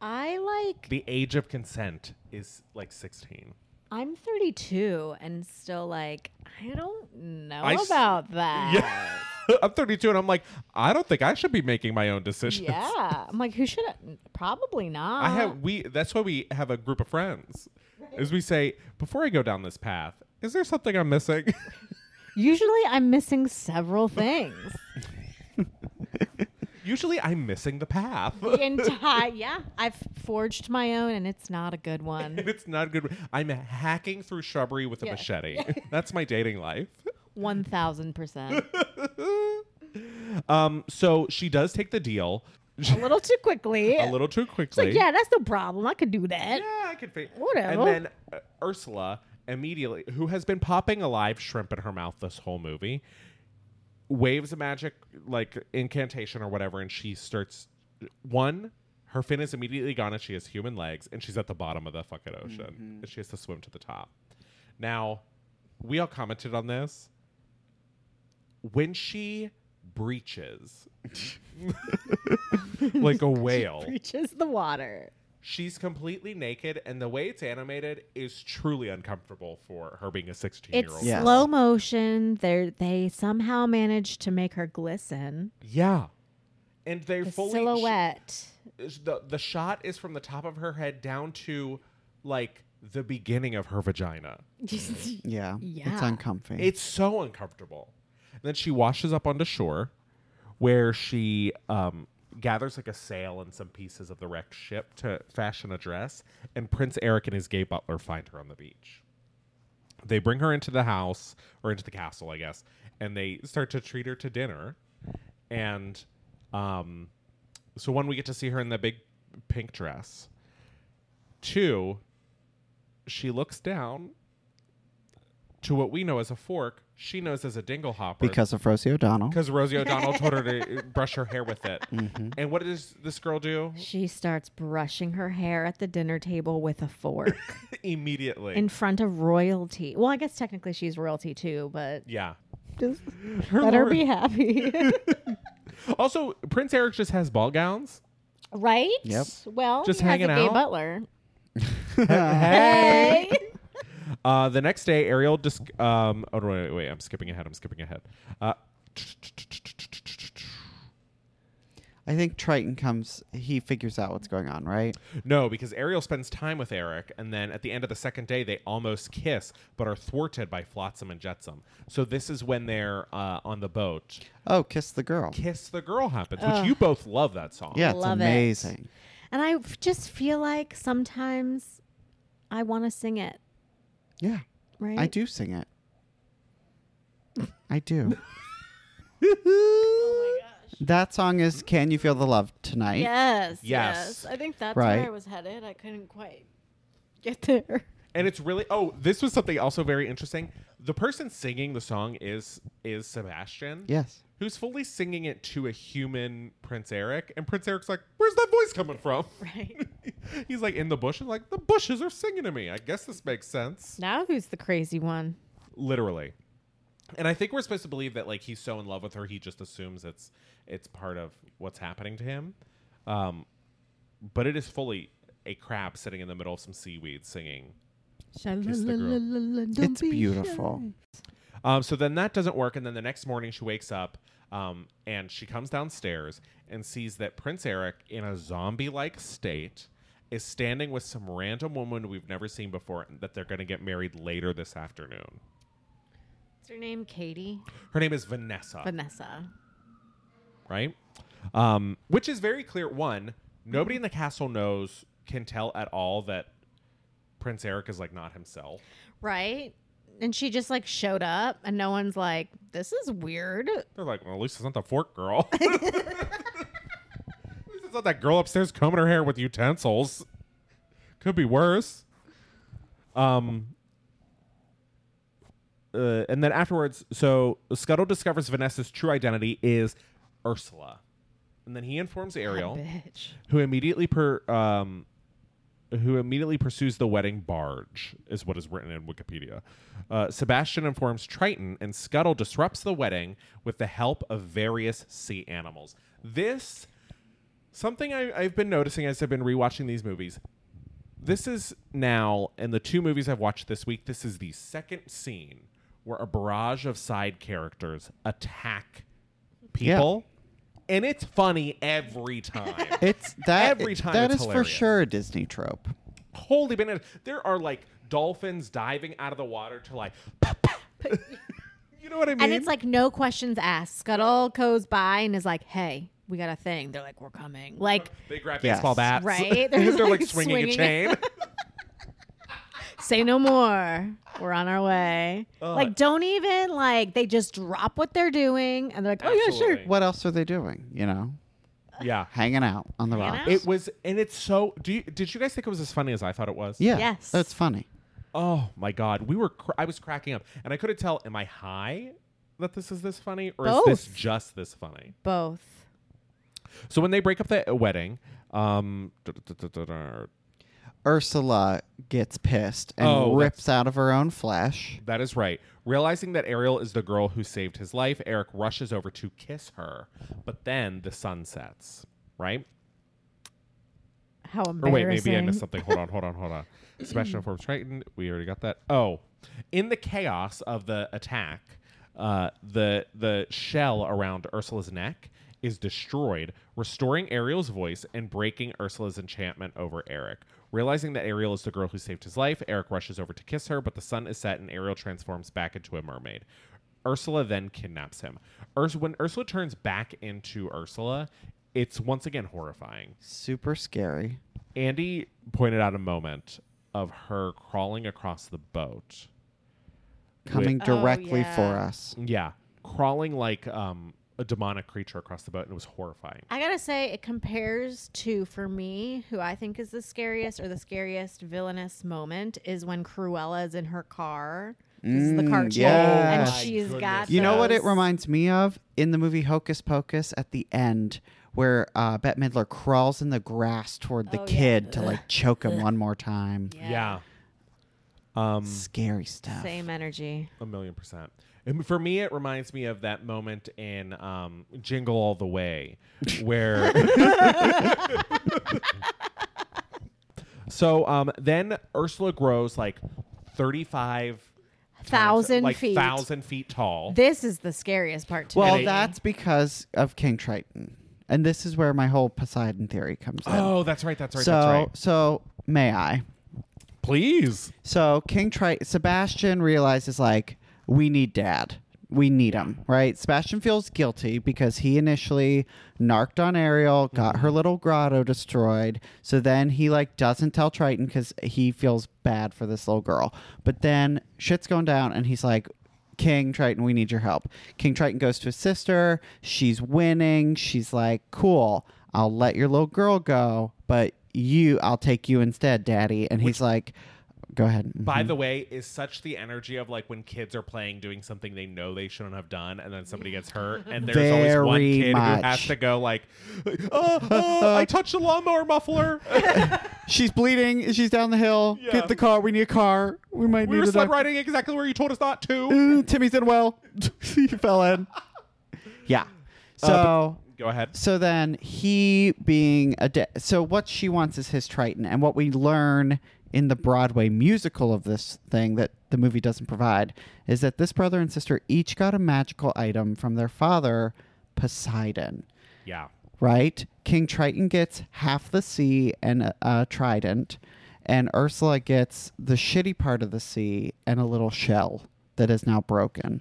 Speaker 2: I like.
Speaker 1: The age of consent is like 16.
Speaker 2: I'm 32 and still like I don't know
Speaker 1: I s-
Speaker 2: about that. *laughs*
Speaker 1: Yeah. *laughs* I'm 32 and I'm like, I don't think I should be making my own decisions.
Speaker 2: Yeah. I'm like, who should? I? Probably not.
Speaker 1: I have we that's why we have a group of friends. As we say, before I go down this path, is there something I'm missing? *laughs*
Speaker 2: Usually I'm missing several things.
Speaker 1: Usually I'm missing the path.
Speaker 2: The entire *laughs* yeah, I've forged my own, and it's not a good one.
Speaker 1: *laughs*
Speaker 2: *laughs*
Speaker 1: And it's not good. I'm hacking through shrubbery with a
Speaker 2: Yeah.
Speaker 1: machete. *laughs* That's my dating life.
Speaker 2: One thousand percent.
Speaker 1: Um, so she does take the
Speaker 2: *laughs*
Speaker 1: deal
Speaker 2: *laughs* A little too quickly.
Speaker 1: a little too
Speaker 2: It's
Speaker 1: quickly.
Speaker 2: like yeah, that's no problem. I could do that.
Speaker 1: Yeah, I can figure.
Speaker 2: Whatever.
Speaker 1: And then uh, Ursula immediately, who has been popping a live shrimp in her mouth this whole movie, waves a magic like incantation or whatever, and she starts one. Her fin is immediately gone, and she has human legs, and she's at the bottom of the fucking ocean, and she has to swim to the top. Now, we all commented on this. When she breaches, *laughs* like a whale,
Speaker 2: *laughs* Reaches the water.
Speaker 1: She's completely naked, and the way it's animated is truly uncomfortable for her being a 16 year
Speaker 2: It's
Speaker 1: old.
Speaker 3: Yeah.
Speaker 2: slow motion. They they somehow managed to make her glisten.
Speaker 1: Yeah. And they
Speaker 2: The
Speaker 1: fully.
Speaker 2: *laughs* silhouette.
Speaker 1: sh- the, the shot is from the top of her head down to, like, the beginning of her vagina.
Speaker 3: Yeah. It's
Speaker 2: Yeah.
Speaker 3: uncomfy.
Speaker 1: It's so uncomfortable. And then she washes up onto shore where she um, gathers like a sail and some pieces of the wrecked ship to fashion a dress. And Prince Eric and his gay butler find her on the beach. They bring her into the house or into the castle, I guess, and they start to treat her to dinner. And um, so, one, we get to see her in the big pink dress. Two, she looks down to what we know as a fork, she knows as a dingle hopper.
Speaker 3: because of Rosie O'Donnell.
Speaker 1: Because Rosie O'Donnell told her to uh, brush her hair with it. And what does this girl do?
Speaker 2: She starts brushing her hair at the dinner table with a fork
Speaker 1: *laughs* Immediately.
Speaker 2: in front of royalty. Well, I guess technically she's royalty too, but
Speaker 1: yeah.
Speaker 2: just
Speaker 1: Her
Speaker 2: let her
Speaker 1: lord- *laughs*
Speaker 2: be happy. *laughs*
Speaker 1: Also, Prince Eric just has ball gowns.
Speaker 2: right?
Speaker 3: Yep.
Speaker 2: Well,
Speaker 1: Just
Speaker 2: he has
Speaker 1: hanging
Speaker 2: a gay
Speaker 1: out.
Speaker 2: butler. Uh-huh.
Speaker 1: hey.
Speaker 2: Hey.
Speaker 1: Uh, the next day, Ariel dis- um Oh no, wait, wait, wait, I'm skipping ahead. I'm skipping ahead. Uh,
Speaker 3: I think Triton comes, he figures out what's going on, right?
Speaker 1: no, because Ariel spends time with Eric, and then at the end of the second day, they almost kiss, but are thwarted by Flotsam and Jetsam. So this is when they're uh, on the boat.
Speaker 3: Oh, kiss the girl.
Speaker 1: "Kiss the Girl" happens, which you both love that song.
Speaker 3: yeah, it's
Speaker 2: Love it.
Speaker 3: amazing.
Speaker 2: *laughs* and I f- just feel like sometimes I want to sing it,
Speaker 3: Yeah.
Speaker 2: right?
Speaker 3: I do sing it. I
Speaker 2: *laughs*
Speaker 3: do. That song is Can You Feel the Love Tonight?
Speaker 2: Oh Yes.
Speaker 1: Yes.
Speaker 2: I think that's
Speaker 3: Right.
Speaker 2: where I was headed. I couldn't quite get there. *laughs*
Speaker 1: and it's really oh, this was something also very interesting. The person singing the song is is Sebastian,
Speaker 3: Yes.
Speaker 1: who's fully singing it to a human Prince Eric, and Prince Eric's like, "Where's that voice coming from?" *laughs*
Speaker 2: Right.
Speaker 1: He's like in the bush and like the bushes are singing to me. I guess this makes sense,
Speaker 2: Now who's the crazy one?
Speaker 1: literally. And I think we're supposed to believe that like he's so in love with her, he just assumes it's it's part of what's happening to him. Um, but it is fully a crab sitting in the middle of some seaweed singing the girl.
Speaker 3: It's beautiful.
Speaker 1: Um, so then that doesn't work, and then the next morning she wakes up um, and she comes downstairs and sees that Prince Eric, in a zombie-like state, is standing with some random woman we've never seen before, and that they're going to get married later this afternoon.
Speaker 2: What's her name? Katie?
Speaker 1: Her name is Vanessa,
Speaker 3: Uh.
Speaker 2: Vanessa.
Speaker 1: right? Um, which is very clear. One, nobody in the castle knows can tell at all that Prince Eric is like not himself.
Speaker 2: Right? And she just like showed up and no one's like, this is weird.
Speaker 1: They're like, well, at least it's not the fork girl. *laughs* at least it's not that girl upstairs combing her hair with utensils. Could be worse. Um. uh, and then afterwards, so Scuttle discovers Vanessa's true identity is Ursula, and then he informs Ariel,
Speaker 2: *laughs* Bitch.
Speaker 1: who immediately per um, who immediately pursues the wedding barge, is what is written in Wikipedia. Uh, Sebastian informs Triton, and Scuttle disrupts the wedding with the help of various sea animals. This, something I, I've been noticing as I've been rewatching these movies. This is now, and the two movies I've watched this week, this is the second scene where a barrage of side characters attack people. And it's funny every time.
Speaker 2: *laughs*
Speaker 3: It's that
Speaker 1: Every time
Speaker 3: that
Speaker 1: it's
Speaker 3: is
Speaker 1: hilarious.
Speaker 3: for sure a Disney trope.
Speaker 1: holy bananas. There are like dolphins diving out of the water to like, *laughs* you know what I mean?
Speaker 2: And it's like no questions asked. Scuttle goes by and is like, hey, we got a thing. They're like, we're coming. Like,
Speaker 1: They grab
Speaker 3: Yes.
Speaker 1: baseball bats. *laughs*
Speaker 2: Right?
Speaker 1: They're,
Speaker 2: They're
Speaker 1: like,
Speaker 2: like
Speaker 1: swinging, a
Speaker 2: swinging. *laughs*
Speaker 1: chain.
Speaker 2: say no more. We're on our way.
Speaker 1: Ugh.
Speaker 2: Like, don't even like. They just drop what they're doing, and they're like, oh yeah,
Speaker 1: Absolutely.
Speaker 2: sure.
Speaker 3: What else are they doing? You know,
Speaker 1: yeah.
Speaker 3: hanging out on the
Speaker 2: Hanging
Speaker 3: rock.
Speaker 2: out?
Speaker 1: It was, and it's so. Do you, did you guys think it was as funny as I thought it was?
Speaker 3: Yeah,
Speaker 2: Yes.
Speaker 3: that's funny.
Speaker 1: Oh my god, we were. Cr- I was cracking up, and I couldn't tell. Am I high that this is this funny, or is this
Speaker 2: Both.
Speaker 1: just this funny?
Speaker 2: Both.
Speaker 1: So when they break up the wedding, um, da-da-da-da-da,
Speaker 3: Ursula gets pissed and
Speaker 1: Oh,
Speaker 3: rips out of her own flesh.
Speaker 1: that is right. Realizing that Ariel is the girl who saved his life, Eric rushes over to kiss her, but then the sun sets. Right?
Speaker 2: How
Speaker 1: Or
Speaker 2: embarrassing.
Speaker 1: wait, maybe I missed something. Hold on, hold on, hold on. Sebastian informs Triton. We already got that. Oh, in the chaos of the attack, uh, the the shell around Ursula's neck is destroyed, restoring Ariel's voice and breaking Ursula's enchantment over Eric. Realizing that Ariel is the girl who saved his life, Eric rushes over to kiss her, but the sun is set and Ariel transforms back into a mermaid. Ursula then kidnaps him. Urs- when Ursula turns back into Ursula, it's once again horrifying.
Speaker 3: Super scary.
Speaker 1: Andy pointed out a moment of her crawling across the boat.
Speaker 3: Coming
Speaker 2: Oh,
Speaker 3: directly
Speaker 2: yeah.
Speaker 3: for us.
Speaker 1: Yeah, crawling like um, a demonic creature across the boat, and it was horrifying.
Speaker 2: I gotta say, it compares to for me, who I think is the scariest or the scariest villainous moment is when Cruella is in her car. This is the
Speaker 3: Mm,
Speaker 2: cartoon, and
Speaker 3: yes.
Speaker 1: Oh my
Speaker 2: she's got.
Speaker 1: goodness.
Speaker 3: You know what it
Speaker 2: those-
Speaker 3: reminds me of? In the movie Hocus Pocus at the end, where uh, Bette Midler crawls in the grass toward the
Speaker 2: Oh, yeah.
Speaker 3: kid to like choke
Speaker 2: *laughs*
Speaker 3: him one more time.
Speaker 1: Yeah. Um,
Speaker 3: Scary stuff.
Speaker 2: Same energy.
Speaker 1: a million percent. And for me, it reminds me of that moment in um, Jingle All the *laughs* Way, where. so um, then Ursula grows like thirty-five times-
Speaker 2: Thousand
Speaker 1: like
Speaker 2: feet.
Speaker 1: thousand feet tall.
Speaker 2: This is the scariest part to
Speaker 3: Well,
Speaker 1: And it-
Speaker 2: me.
Speaker 3: that's because of King Triton. And this is where my whole Poseidon theory comes in.
Speaker 1: Oh, that's right. That's right.
Speaker 3: so,
Speaker 1: that's right.
Speaker 3: so may I?
Speaker 1: Please.
Speaker 3: So King Triton, Sebastian realizes like we need Dad, we need him, right? Sebastian feels guilty because he initially narked on Ariel, got her little grotto destroyed. So then he like doesn't tell Triton because he feels bad for this little girl. But then shit's going down, and he's like. King Triton, we need your help. King Triton goes to his sister. She's winning. She's like, cool, I'll let your little girl go, but you, I'll take you instead, daddy. And he's like, go ahead.
Speaker 1: By the way, is such the energy of like when kids are playing doing something they know they shouldn't have done, and then somebody gets hurt, and there's always one
Speaker 3: Very
Speaker 1: kid who has
Speaker 3: much.
Speaker 1: to go like, "Oh, oh,
Speaker 3: *laughs*
Speaker 1: I touched a lawnmower muffler.
Speaker 3: She's bleeding. She's down the hill.
Speaker 1: Yeah.
Speaker 3: Get the car. We need a car. We
Speaker 1: *laughs*
Speaker 3: might
Speaker 1: we
Speaker 3: need
Speaker 1: were
Speaker 3: a
Speaker 1: sled
Speaker 3: doc-
Speaker 1: riding exactly where you told us not to."
Speaker 3: *laughs* Uh, Timmy's in well. he fell in. Oh. Yeah. So
Speaker 1: Go ahead.
Speaker 3: so then he being a de- so what she wants is his Triton, and what we learn in the Broadway musical of this thing that the movie doesn't provide is that this brother and sister each got a magical item from their father, Poseidon.
Speaker 1: Yeah.
Speaker 3: right? King Triton gets half the sea and a, a trident, and Ursula gets the shitty part of the sea and a little shell that is now broken.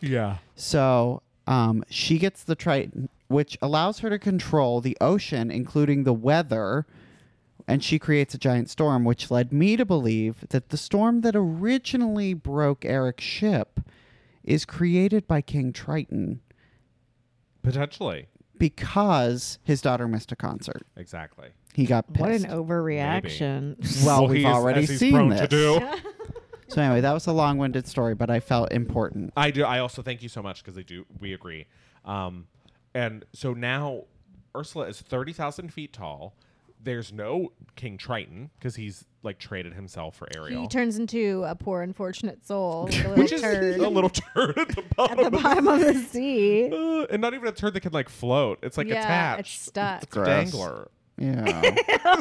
Speaker 1: Yeah.
Speaker 3: So um, she gets the Triton, which allows her to control the ocean, including the weather. And she creates a giant storm, which led me to believe that the storm that originally broke Eric's ship is created by King Triton
Speaker 1: Potentially.
Speaker 3: because his daughter missed a concert.
Speaker 1: Exactly.
Speaker 3: He got pissed.
Speaker 2: what
Speaker 1: *laughs*
Speaker 2: an overreaction.
Speaker 3: Well,
Speaker 1: Well,
Speaker 3: we've
Speaker 1: he's-
Speaker 3: already
Speaker 1: as he's
Speaker 3: seen
Speaker 1: prone
Speaker 3: this.
Speaker 1: to do.
Speaker 3: So anyway, that was a long-winded story, but I felt important.
Speaker 1: I do. I also thank you so much because I do. We agree. Um, and so now Ursula is thirty thousand feet tall. There's no King Triton because he's like traded himself for Ariel,
Speaker 2: He turns into a poor, unfortunate soul, like a little
Speaker 1: which is *laughs*
Speaker 2: turd
Speaker 1: a little turd at the
Speaker 2: at
Speaker 1: bottom,
Speaker 2: the bottom of the sea.
Speaker 1: Uh, *laughs* and not even a turd that can like float. It's like
Speaker 2: yeah, it's
Speaker 1: attached.
Speaker 2: stuck.
Speaker 1: It's a dangler.
Speaker 3: Yeah.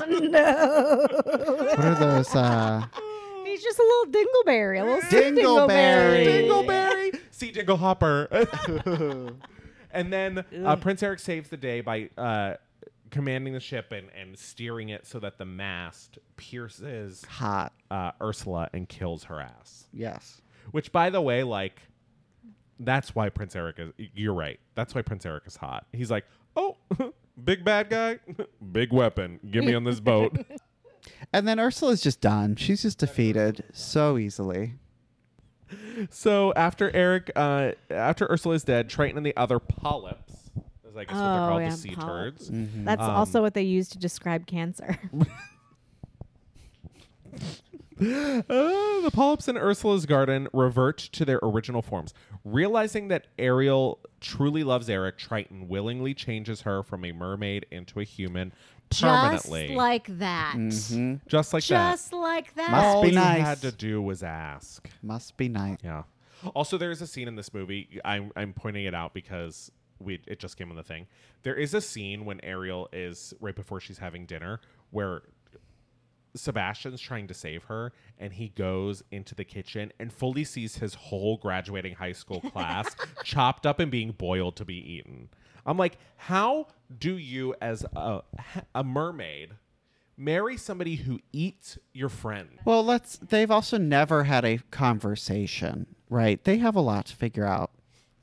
Speaker 2: no.
Speaker 3: what are those? Uh,
Speaker 2: He's just a little dingleberry, a little sick
Speaker 3: Dingleberry.
Speaker 2: dingleberry. *laughs*
Speaker 1: Dingleberry, see Dingle Hopper. and then uh, Prince Eric saves the day by uh, commanding the ship and, and steering it so that the mast pierces
Speaker 3: hot.
Speaker 1: uh, Ursula and kills her ass.
Speaker 3: Yes.
Speaker 1: Which, by the way, like That's why Prince Eric is. You're right. That's why Prince Eric is hot. He's like, oh, *laughs* big bad guy, *laughs* big weapon. Get me on this boat.
Speaker 2: *laughs*
Speaker 3: And then Ursula's just done. She's just defeated so easily.
Speaker 1: so after Eric, uh, after Ursula is dead, Triton and the other polyps, is I guess what they're
Speaker 2: Oh,
Speaker 1: called,
Speaker 2: yeah,
Speaker 1: the sea
Speaker 2: polyps.
Speaker 1: turds.
Speaker 2: That's
Speaker 1: Um,
Speaker 2: also what they use to describe cancer.
Speaker 1: Uh, the polyps in Ursula's garden revert to their original forms. Realizing that Ariel truly loves Eric, Triton willingly changes her from a mermaid into a human permanently.
Speaker 2: Just like that.
Speaker 3: Mhm.
Speaker 1: Just like that.
Speaker 2: Just like that.
Speaker 3: Must
Speaker 1: All
Speaker 3: be
Speaker 1: you
Speaker 3: nice.
Speaker 1: had to do was ask.
Speaker 3: Must be nice.
Speaker 1: Yeah. Also, there is a scene in this movie. I'm I'm pointing it out because we it just came on the thing. There is a scene when Ariel is right before she's having dinner where Sebastian's trying to save her and he goes into the kitchen and fully sees his whole graduating high school class chopped up and being boiled to be eaten. I'm like, how do you as a a mermaid marry somebody who eats your friend?
Speaker 3: Well, let's. They've also never had a conversation, right? They have a lot to figure out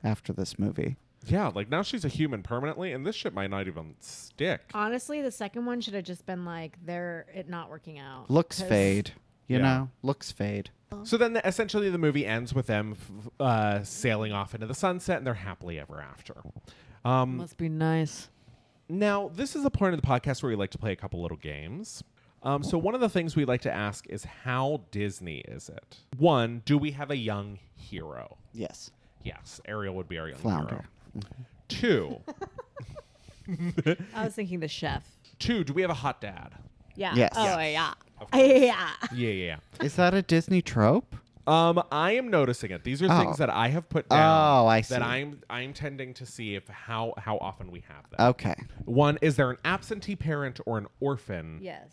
Speaker 3: after this movie.
Speaker 1: Yeah, like now she's a human permanently, and this shit might not even stick.
Speaker 2: Honestly, the second one should have just been like, they're it not working out.
Speaker 3: Looks
Speaker 2: 'Cause-
Speaker 3: fade, you
Speaker 1: Yeah.
Speaker 3: know. Looks fade.
Speaker 1: So then, the, essentially, the movie ends with them f- uh, sailing off into the sunset, and they're happily ever after. Um,
Speaker 4: Must be nice.
Speaker 1: now, this is a point of the podcast where we like to play a couple little games. Um, so one of the things we like to ask is, how Disney is it? One, do we have a young hero?
Speaker 3: Yes.
Speaker 1: Yes, Ariel would be our young
Speaker 3: Flounder.
Speaker 1: hero. Two,
Speaker 2: I was thinking the chef.
Speaker 1: two, do we have a hot dad?
Speaker 2: Yeah.
Speaker 3: Yes.
Speaker 2: Oh,
Speaker 3: Yes.
Speaker 2: yeah.
Speaker 1: Of
Speaker 2: *laughs*
Speaker 1: *laughs*
Speaker 2: Yeah.
Speaker 1: Yeah, yeah, yeah.
Speaker 3: Is that a Disney trope?
Speaker 1: Um, I am noticing it. These are
Speaker 3: Oh.
Speaker 1: things that I have put down.
Speaker 3: Oh, I see.
Speaker 1: That I'm I'm tending to see if how how often we have that.
Speaker 3: Okay.
Speaker 1: One is there an absentee parent or an orphan
Speaker 2: Yes.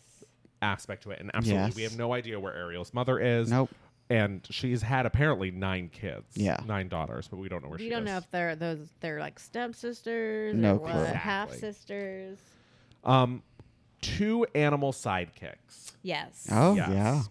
Speaker 1: aspect to it, and absolutely we
Speaker 3: Yes.
Speaker 1: have no idea where Ariel's mother is.
Speaker 3: Nope.
Speaker 1: And she's had apparently nine kids.
Speaker 3: Yeah.
Speaker 1: Nine daughters, but we don't know where
Speaker 2: We
Speaker 1: she
Speaker 2: don't know
Speaker 1: is.
Speaker 2: if they're those they're like stepsisters
Speaker 3: No
Speaker 2: or
Speaker 3: clue.
Speaker 2: what,
Speaker 1: Exactly.
Speaker 2: half sisters.
Speaker 1: Um, two animal sidekicks.
Speaker 2: Yes.
Speaker 3: Oh
Speaker 1: Yes.
Speaker 3: yeah.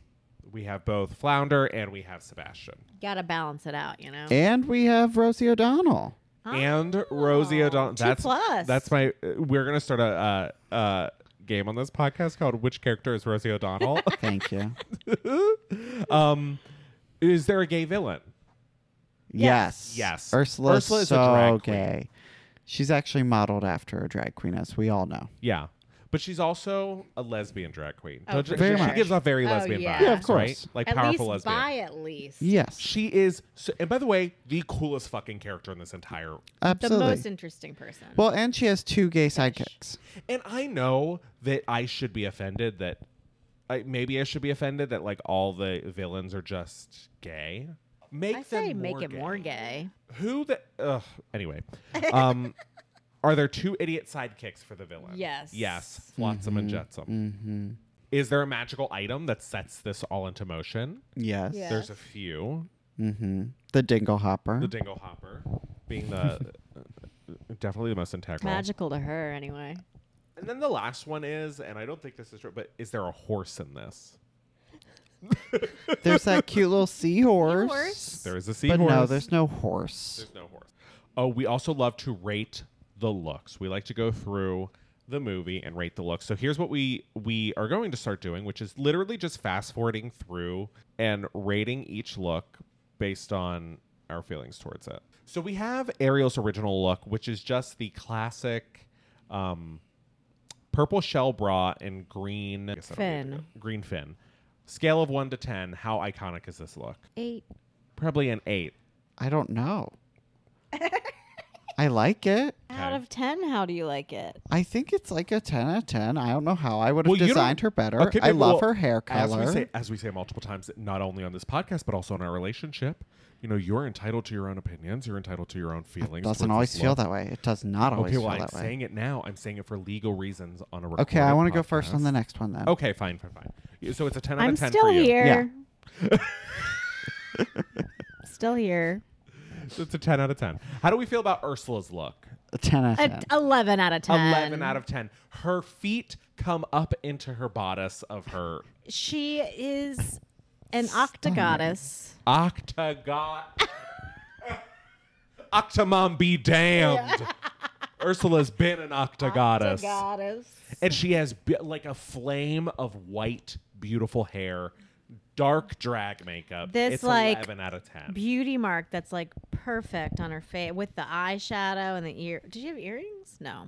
Speaker 1: We have both Flounder and we have Sebastian.
Speaker 2: Gotta balance it out, you know?
Speaker 3: And we have Rosie O'Donnell.
Speaker 1: and Rosie
Speaker 2: Oh,
Speaker 1: O'Donnell.
Speaker 2: two
Speaker 1: That's
Speaker 2: plus.
Speaker 1: that's my. uh, We're gonna start a uh, uh, game on this podcast called "Which character is Rosie
Speaker 2: *laughs*
Speaker 1: O'Donnell?"
Speaker 3: Thank you.
Speaker 1: um, is there a gay villain?
Speaker 3: yes.
Speaker 1: Yes.
Speaker 3: Ursula
Speaker 1: Ursula is a
Speaker 3: so
Speaker 1: drag queen.
Speaker 3: gay. She's actually modeled after a drag queen, as we all know.
Speaker 1: Yeah, but she's also a lesbian drag queen.
Speaker 2: Oh,
Speaker 1: Don't
Speaker 2: for
Speaker 1: you-
Speaker 3: Very
Speaker 1: she
Speaker 3: much.
Speaker 1: gives off very
Speaker 2: Oh,
Speaker 1: lesbian
Speaker 2: yeah.
Speaker 1: vibes.
Speaker 2: Yeah, of
Speaker 3: course.
Speaker 1: right? like
Speaker 2: at
Speaker 1: powerful
Speaker 2: least
Speaker 1: lesbian.
Speaker 2: by at least.
Speaker 3: Yes.
Speaker 1: She is, so, and by the way, the coolest fucking character in this entire.
Speaker 2: The
Speaker 3: absolutely.
Speaker 2: most interesting person.
Speaker 3: well, and she has two gay sidekicks.
Speaker 1: And I know that I should be offended that. I, maybe I should be offended that like all the villains are just gay. Make
Speaker 2: I say
Speaker 1: them
Speaker 2: make it more gay.
Speaker 1: Who the ugh, anyway? Um, are there two idiot sidekicks for the villain?
Speaker 2: Yes.
Speaker 1: Yes. Flotsam and Jetsam.
Speaker 3: Mm-hmm.
Speaker 1: Is there a magical item that sets this all into motion?
Speaker 3: Yes.
Speaker 2: Yeah.
Speaker 1: There's a few.
Speaker 3: Mm-hmm. The Dingle Hopper.
Speaker 1: The Dingo Hopper being the definitely the most integral.
Speaker 2: Magical to her anyway.
Speaker 1: And then the last one is, and I don't think this is true, but is there a horse in this?
Speaker 3: *laughs* there's that cute little seahorse.
Speaker 2: Seahorse.
Speaker 1: There is a seahorse.
Speaker 3: But no, there's no horse.
Speaker 1: There's no horse. Oh, we also love to rate the looks. We like to go through the movie and rate the looks. So here's what we we are going to start doing, which is literally just fast forwarding through and rating each look based on our feelings towards it. So we have Ariel's original look, which is just the classic um, purple shell bra and green I guess I don't need to
Speaker 2: Fin.
Speaker 1: go- Green fin. Scale of one to ten. How iconic is this look?
Speaker 2: Eight.
Speaker 1: Probably an eight.
Speaker 3: I don't
Speaker 2: *laughs*
Speaker 3: know. I like it.
Speaker 2: Out of ten, how do you like it?
Speaker 3: I think it's like a 10 out of 10. I don't know how I would have
Speaker 1: Well, you don't-
Speaker 3: designed her better.
Speaker 1: Okay,
Speaker 3: I
Speaker 1: but-
Speaker 3: love
Speaker 1: well,
Speaker 3: her hair
Speaker 1: As
Speaker 3: color.
Speaker 1: we say, as we say multiple times, not only on this podcast but also in our relationship, you know, you're entitled to your own opinions. You're entitled to your own feelings.
Speaker 3: it doesn't
Speaker 1: towards
Speaker 3: always
Speaker 1: this
Speaker 3: feel
Speaker 1: love.
Speaker 3: that way. It does not always
Speaker 1: Okay, well,
Speaker 3: feel
Speaker 1: I'm
Speaker 3: that way.
Speaker 1: saying it now. I'm saying it for legal reasons on a.
Speaker 3: okay, I
Speaker 1: want
Speaker 3: want
Speaker 1: to
Speaker 3: to go first on the next one then.
Speaker 1: Okay, fine, fine, fine. Y- So it's a ten out
Speaker 2: I'm
Speaker 1: of ten
Speaker 2: still
Speaker 1: for you.
Speaker 2: here. *laughs* still here.
Speaker 1: It's a ten out of ten. How do we feel about Ursula's look?
Speaker 3: A 10 out
Speaker 2: A
Speaker 3: of 10.
Speaker 2: Eleven out of ten.
Speaker 1: Eleven out of ten. Her feet come up into her bodice of her
Speaker 2: She
Speaker 3: Oh
Speaker 2: is
Speaker 1: *laughs*
Speaker 2: an octagoddess.
Speaker 1: octagon. Octomom be
Speaker 2: *laughs*
Speaker 1: damned. Ursula's been an octogoddess.
Speaker 2: Goddess.
Speaker 1: And she has bi- like a flame of white, beautiful hair, dark drag makeup.
Speaker 2: This,
Speaker 1: it's
Speaker 2: like,
Speaker 1: 11 out of 10.
Speaker 2: Beauty mark that's like perfect on her face with the eyeshadow and the ear. Did she have earrings? No.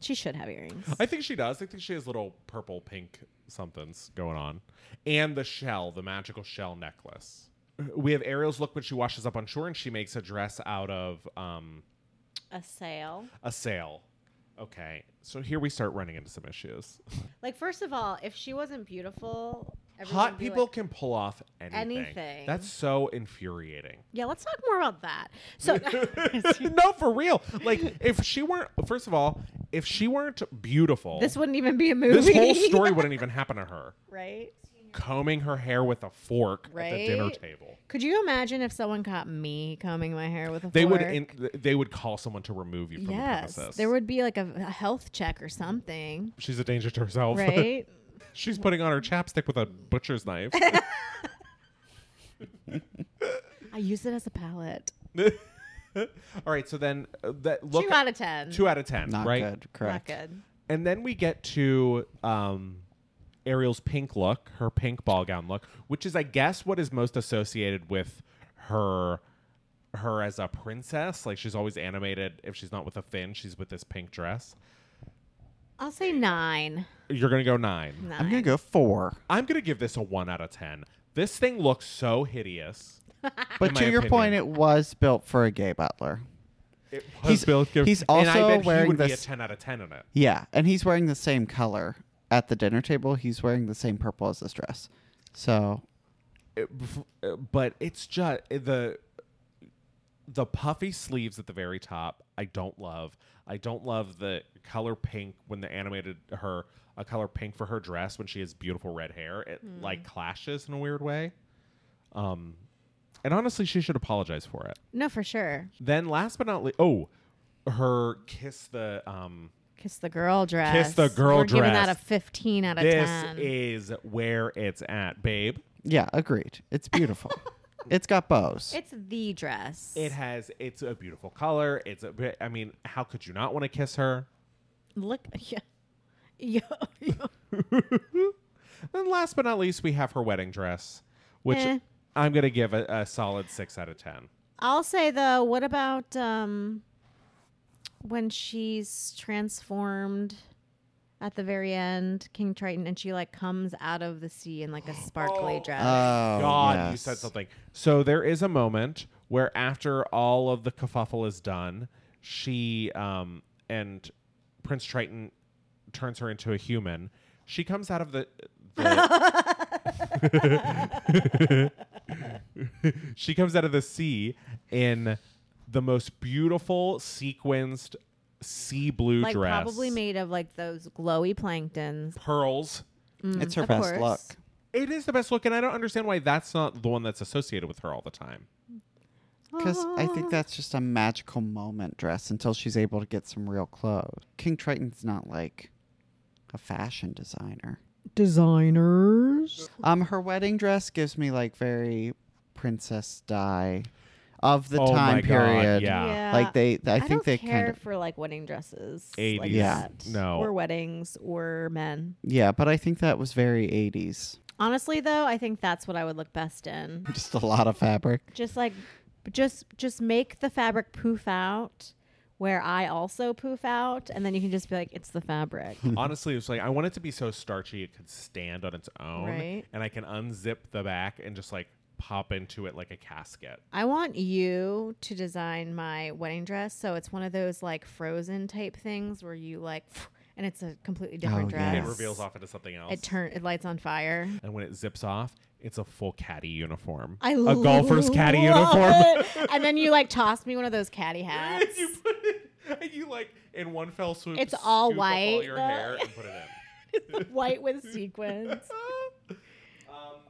Speaker 2: She should have earrings.
Speaker 1: I think she does. I think she has little purple pink somethings going on. And the shell, the magical shell necklace. We have Ariel's look when she washes up on shore and she makes a dress out of um,
Speaker 2: A sale.
Speaker 1: a sail. Okay. So here we start running into some issues. *laughs*
Speaker 2: Like, first of all, if she wasn't beautiful, everyone
Speaker 1: Hot
Speaker 2: would be
Speaker 1: people
Speaker 2: like-
Speaker 1: can pull off anything.
Speaker 2: Anything.
Speaker 1: That's so
Speaker 2: *laughs*
Speaker 1: infuriating.
Speaker 2: yeah, let's talk more about that.
Speaker 1: *laughs*
Speaker 2: So, *laughs*
Speaker 1: no, for real. Like, if she weren't, first of all, if she weren't beautiful,
Speaker 2: this wouldn't even be a movie.
Speaker 1: this whole story wouldn't even happen to her.
Speaker 2: *laughs* right?
Speaker 1: Combing her hair with a fork at the dinner
Speaker 2: Right?
Speaker 1: table.
Speaker 2: Could you imagine if someone caught me combing my hair with a
Speaker 1: They
Speaker 2: fork?
Speaker 1: would in, they would call someone to remove you from the
Speaker 2: yes,
Speaker 1: premises.
Speaker 2: there would be like a, a health check or something,
Speaker 1: She's a danger to herself. *laughs*
Speaker 2: right?
Speaker 1: She's putting on her chapstick with a butcher's
Speaker 2: *laughs*
Speaker 1: knife. *laughs*
Speaker 2: I use it as a palette.
Speaker 1: All right, so then uh, that look
Speaker 2: Two out of ten.
Speaker 1: two out of ten,
Speaker 3: Not
Speaker 1: right?
Speaker 3: good.
Speaker 2: Not
Speaker 3: Correct.
Speaker 2: good.
Speaker 1: And then we get to um, Ariel's pink look, her pink ball gown look, which is, I guess, what is most associated with her her as a princess. Like she's always animated. If she's not with a fin, she's with this pink dress.
Speaker 2: I'll say nine.
Speaker 1: You're gonna go nine.
Speaker 2: Nine.
Speaker 3: I'm gonna go four.
Speaker 1: I'm gonna give this a one out of ten. This thing looks so hideous.
Speaker 3: *laughs* But
Speaker 1: my
Speaker 3: to your
Speaker 1: opinion.
Speaker 3: point, it was built for a gay butler.
Speaker 1: It
Speaker 3: He's-
Speaker 1: built good-
Speaker 3: he's
Speaker 1: and I
Speaker 3: also
Speaker 1: bet he
Speaker 3: wearing
Speaker 1: would be a
Speaker 3: this-
Speaker 1: ten out of ten in it.
Speaker 3: Yeah, and he's wearing the same color at the dinner table. He's wearing the same purple as this dress. So
Speaker 1: it- bef- uh, but it's just eh, the the puffy sleeves at the very top i don't love i don't love the color pink when they animated her a color pink for her dress when she has beautiful red hair it like clashes in a weird way um and honestly she should apologize for it
Speaker 2: No, for sure.
Speaker 1: then last but not least oh her kiss the um
Speaker 2: Kiss the girl dress.
Speaker 1: the girl
Speaker 2: We're giving that a
Speaker 1: dress.
Speaker 2: fifteen out of
Speaker 1: this
Speaker 2: ten.
Speaker 1: is where it's at babe
Speaker 3: yeah, agreed. It's
Speaker 2: *laughs*
Speaker 3: beautiful. it's got bows.
Speaker 2: it's the dress.
Speaker 1: It has. It's a beautiful color. It's a. bit- I mean, how could you not want to kiss her?
Speaker 2: Look, *laughs* yeah, yeah. yeah.
Speaker 1: And last but not least, we have her wedding dress, which
Speaker 2: Eh.
Speaker 1: I'm gonna give a, a solid six out of ten.
Speaker 2: I'll say though, what about um when she's transformed at the very end, King Triton, and she like comes out of the sea in like a sparkly
Speaker 1: Oh.
Speaker 2: dress.
Speaker 3: Oh,
Speaker 1: God, you
Speaker 3: yes.
Speaker 1: said something. So there is a moment where, after all of the kerfuffle is done, she um, and Prince Triton turns her into a human. She comes out of the.
Speaker 2: *laughs*
Speaker 1: the *laughs* she comes out of the sea in the most beautiful sequenced sea blue
Speaker 2: like
Speaker 1: dress.
Speaker 2: probably made of like those glowy planktons.
Speaker 1: pearls.
Speaker 3: It's her
Speaker 2: Mm, of
Speaker 3: best
Speaker 2: course.
Speaker 3: look.
Speaker 1: It is the best look, and I don't understand why that's not the one that's associated with her all the time.
Speaker 3: Because I
Speaker 2: Ah.
Speaker 3: think that's just a magical moment dress until she's able to get some real clothes. King Triton's not like a fashion designer.
Speaker 2: designers.
Speaker 3: Um, her wedding dress gives me like very princess dye of the
Speaker 1: Oh my God,
Speaker 3: time period.
Speaker 1: yeah.
Speaker 3: Like they, I think
Speaker 2: don't
Speaker 3: they
Speaker 2: care
Speaker 3: kind of
Speaker 2: for like wedding dresses.
Speaker 1: 80s.
Speaker 2: Like
Speaker 3: Yeah.
Speaker 2: that,
Speaker 1: No.
Speaker 2: Or weddings or men.
Speaker 3: Yeah, but I think that was very 80s.
Speaker 2: Honestly though, I think that's what I would look best in.
Speaker 3: *laughs* Just a lot of fabric.
Speaker 2: just like just just make the fabric poof out where i also poof out and then you can just be like it's the fabric
Speaker 3: Hmm.
Speaker 1: Honestly, it's like I want it to be so starchy it could stand on its own,
Speaker 2: Right.
Speaker 1: and I can unzip the back and just like pop into it like a casket.
Speaker 2: i want you to design my wedding dress so it's one of those like frozen type things where you like and it's a completely different
Speaker 3: Oh,
Speaker 2: dress
Speaker 1: And
Speaker 3: yes.
Speaker 1: It reveals off into something else.
Speaker 2: it turn it lights on fire
Speaker 1: and when it zips off, it's a full caddy uniform.
Speaker 2: I
Speaker 1: a
Speaker 2: love
Speaker 1: golfer's caddy uniform. *laughs*
Speaker 2: it. and then you like toss me one of those caddy hats
Speaker 1: you put it, and you like in one fell swoop.
Speaker 2: It's all
Speaker 1: scoop up All
Speaker 2: white,
Speaker 1: your
Speaker 2: though.
Speaker 1: hair and put it
Speaker 2: *laughs* white with
Speaker 1: *laughs* Um,
Speaker 2: sequins
Speaker 1: in.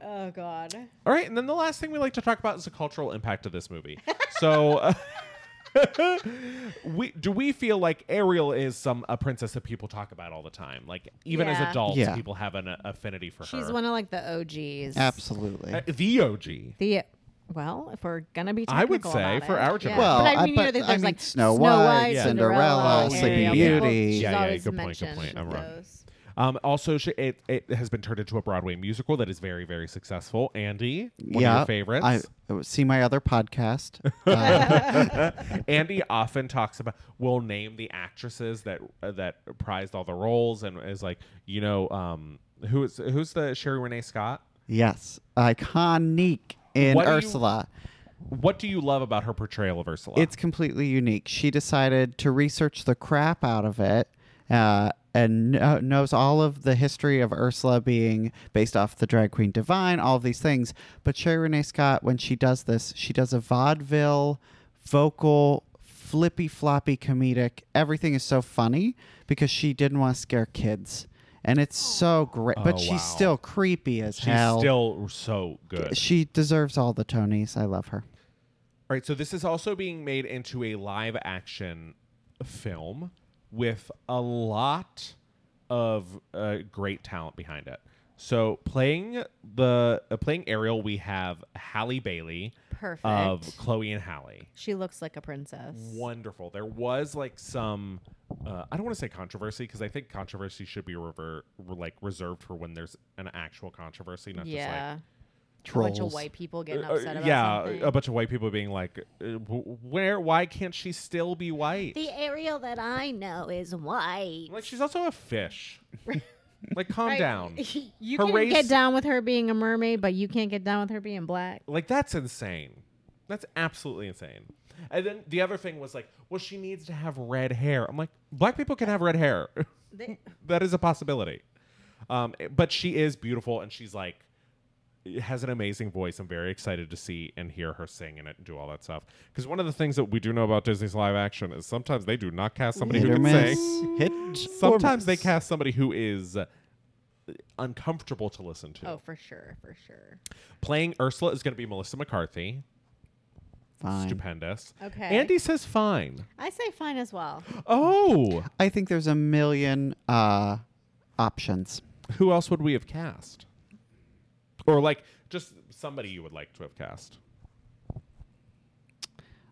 Speaker 2: oh god
Speaker 1: all right, and then the last thing we like to talk about is the cultural impact of this movie. So. Uh, *laughs* We, do we feel like Ariel is some a princess that people talk about all the time? Like even
Speaker 2: Yeah.
Speaker 1: as adults,
Speaker 3: Yeah. *laughs*
Speaker 1: people have an uh, affinity for her.
Speaker 2: she's one of like the og's
Speaker 3: Absolutely.
Speaker 1: Uh, the OG.
Speaker 2: the Well, if we're gonna be,
Speaker 1: I would
Speaker 2: technical
Speaker 1: say
Speaker 2: about
Speaker 1: for
Speaker 2: it,
Speaker 1: our
Speaker 2: yeah.
Speaker 1: generation-
Speaker 3: Well,
Speaker 2: but
Speaker 3: I-
Speaker 2: I mean, you know,
Speaker 3: but
Speaker 2: that
Speaker 3: I
Speaker 2: there's
Speaker 3: mean,
Speaker 2: like
Speaker 3: Snow
Speaker 2: Snow
Speaker 3: White,
Speaker 2: White,
Speaker 3: Cinderella,
Speaker 2: Cinderella,
Speaker 1: Sleeping
Speaker 2: Ariel.
Speaker 3: Beauty.
Speaker 2: She's
Speaker 1: Yeah, yeah,
Speaker 2: always
Speaker 1: good point, good
Speaker 2: mentioned
Speaker 1: point. I'm wrong.
Speaker 2: those.
Speaker 1: Um, also, she, it it has been turned into a Broadway musical that is very very successful. Andy, one of your favorites.
Speaker 3: *laughs* I uh, see my
Speaker 1: *laughs*
Speaker 3: other podcast. Uh,
Speaker 1: Andy often talks about will name the actresses that uh, that prized all the roles and is like, you know, um, who is who's the Sherry Renee Scott?
Speaker 3: yes, iconic in
Speaker 1: What do you-
Speaker 3: Ursula.
Speaker 1: What do you love about her portrayal of Ursula?
Speaker 3: It's completely unique. She decided to research the crap out of it uh, and kno- knows all of the history of Ursula being based off the drag queen Divine, all of these things. But Sherry Renee Scott, when she does this, she does a vaudeville, vocal, flippy floppy comedic. Everything is so funny because she didn't want to scare kids. And it's so great. But
Speaker 1: Oh,
Speaker 3: she's
Speaker 1: wow.
Speaker 3: still creepy as
Speaker 1: she's
Speaker 3: hell.
Speaker 1: still so good.
Speaker 3: she deserves all the Tonys. I love her.
Speaker 1: All right, so this is also being made into a live action film with a lot of uh, great talent behind it. So playing the uh, playing Ariel, we have Halle Bailey
Speaker 2: Perfect.
Speaker 1: of Mm, Chloe and Halle.
Speaker 2: she looks like a princess.
Speaker 1: Wonderful. There was like some uh, I don't want to say controversy because I think controversy should be rever- like reserved for when there's an actual controversy, not just like
Speaker 2: yeah, a bunch
Speaker 3: Trolls.
Speaker 2: of white people getting
Speaker 1: uh,
Speaker 2: upset about
Speaker 1: yeah,
Speaker 2: something.
Speaker 1: a bunch of white people being like, uh, wh- "Where? Why can't she still be white?"
Speaker 2: the Ariel that I know is white.
Speaker 1: like she's also a
Speaker 2: *laughs*
Speaker 1: fish. like, calm
Speaker 2: Right.
Speaker 1: down.
Speaker 2: *laughs* you
Speaker 1: Her
Speaker 2: can
Speaker 1: race-
Speaker 2: get down with her being a mermaid, but you can't get down with her being black.
Speaker 1: Like that's insane. That's absolutely insane. And then the other thing was like, well, she needs to have red hair. I'm like, black people can have red hair. *laughs*
Speaker 2: *laughs* They-
Speaker 1: that is a possibility. Um, but she is beautiful, and she's like has an amazing voice. I'm very excited to see and hear her sing and do all that stuff. Because one of the things that we do know about Disney's live action is sometimes they do not cast somebody
Speaker 3: Hit
Speaker 1: who
Speaker 3: or
Speaker 1: can
Speaker 3: miss.
Speaker 1: sing.
Speaker 3: Hit
Speaker 1: Sometimes
Speaker 3: or
Speaker 1: they
Speaker 3: miss.
Speaker 1: cast somebody who is uh, uncomfortable to listen to.
Speaker 2: Oh, for sure, for sure.
Speaker 1: Playing Ursula is going to be Melissa McCarthy.
Speaker 3: Fine.
Speaker 1: Stupendous.
Speaker 2: Okay.
Speaker 1: Andy says fine.
Speaker 2: I say fine as *gasps* well.
Speaker 1: Oh,
Speaker 3: I think there's a million uh, options.
Speaker 1: who else would we have cast? Or like just somebody you would like to have cast.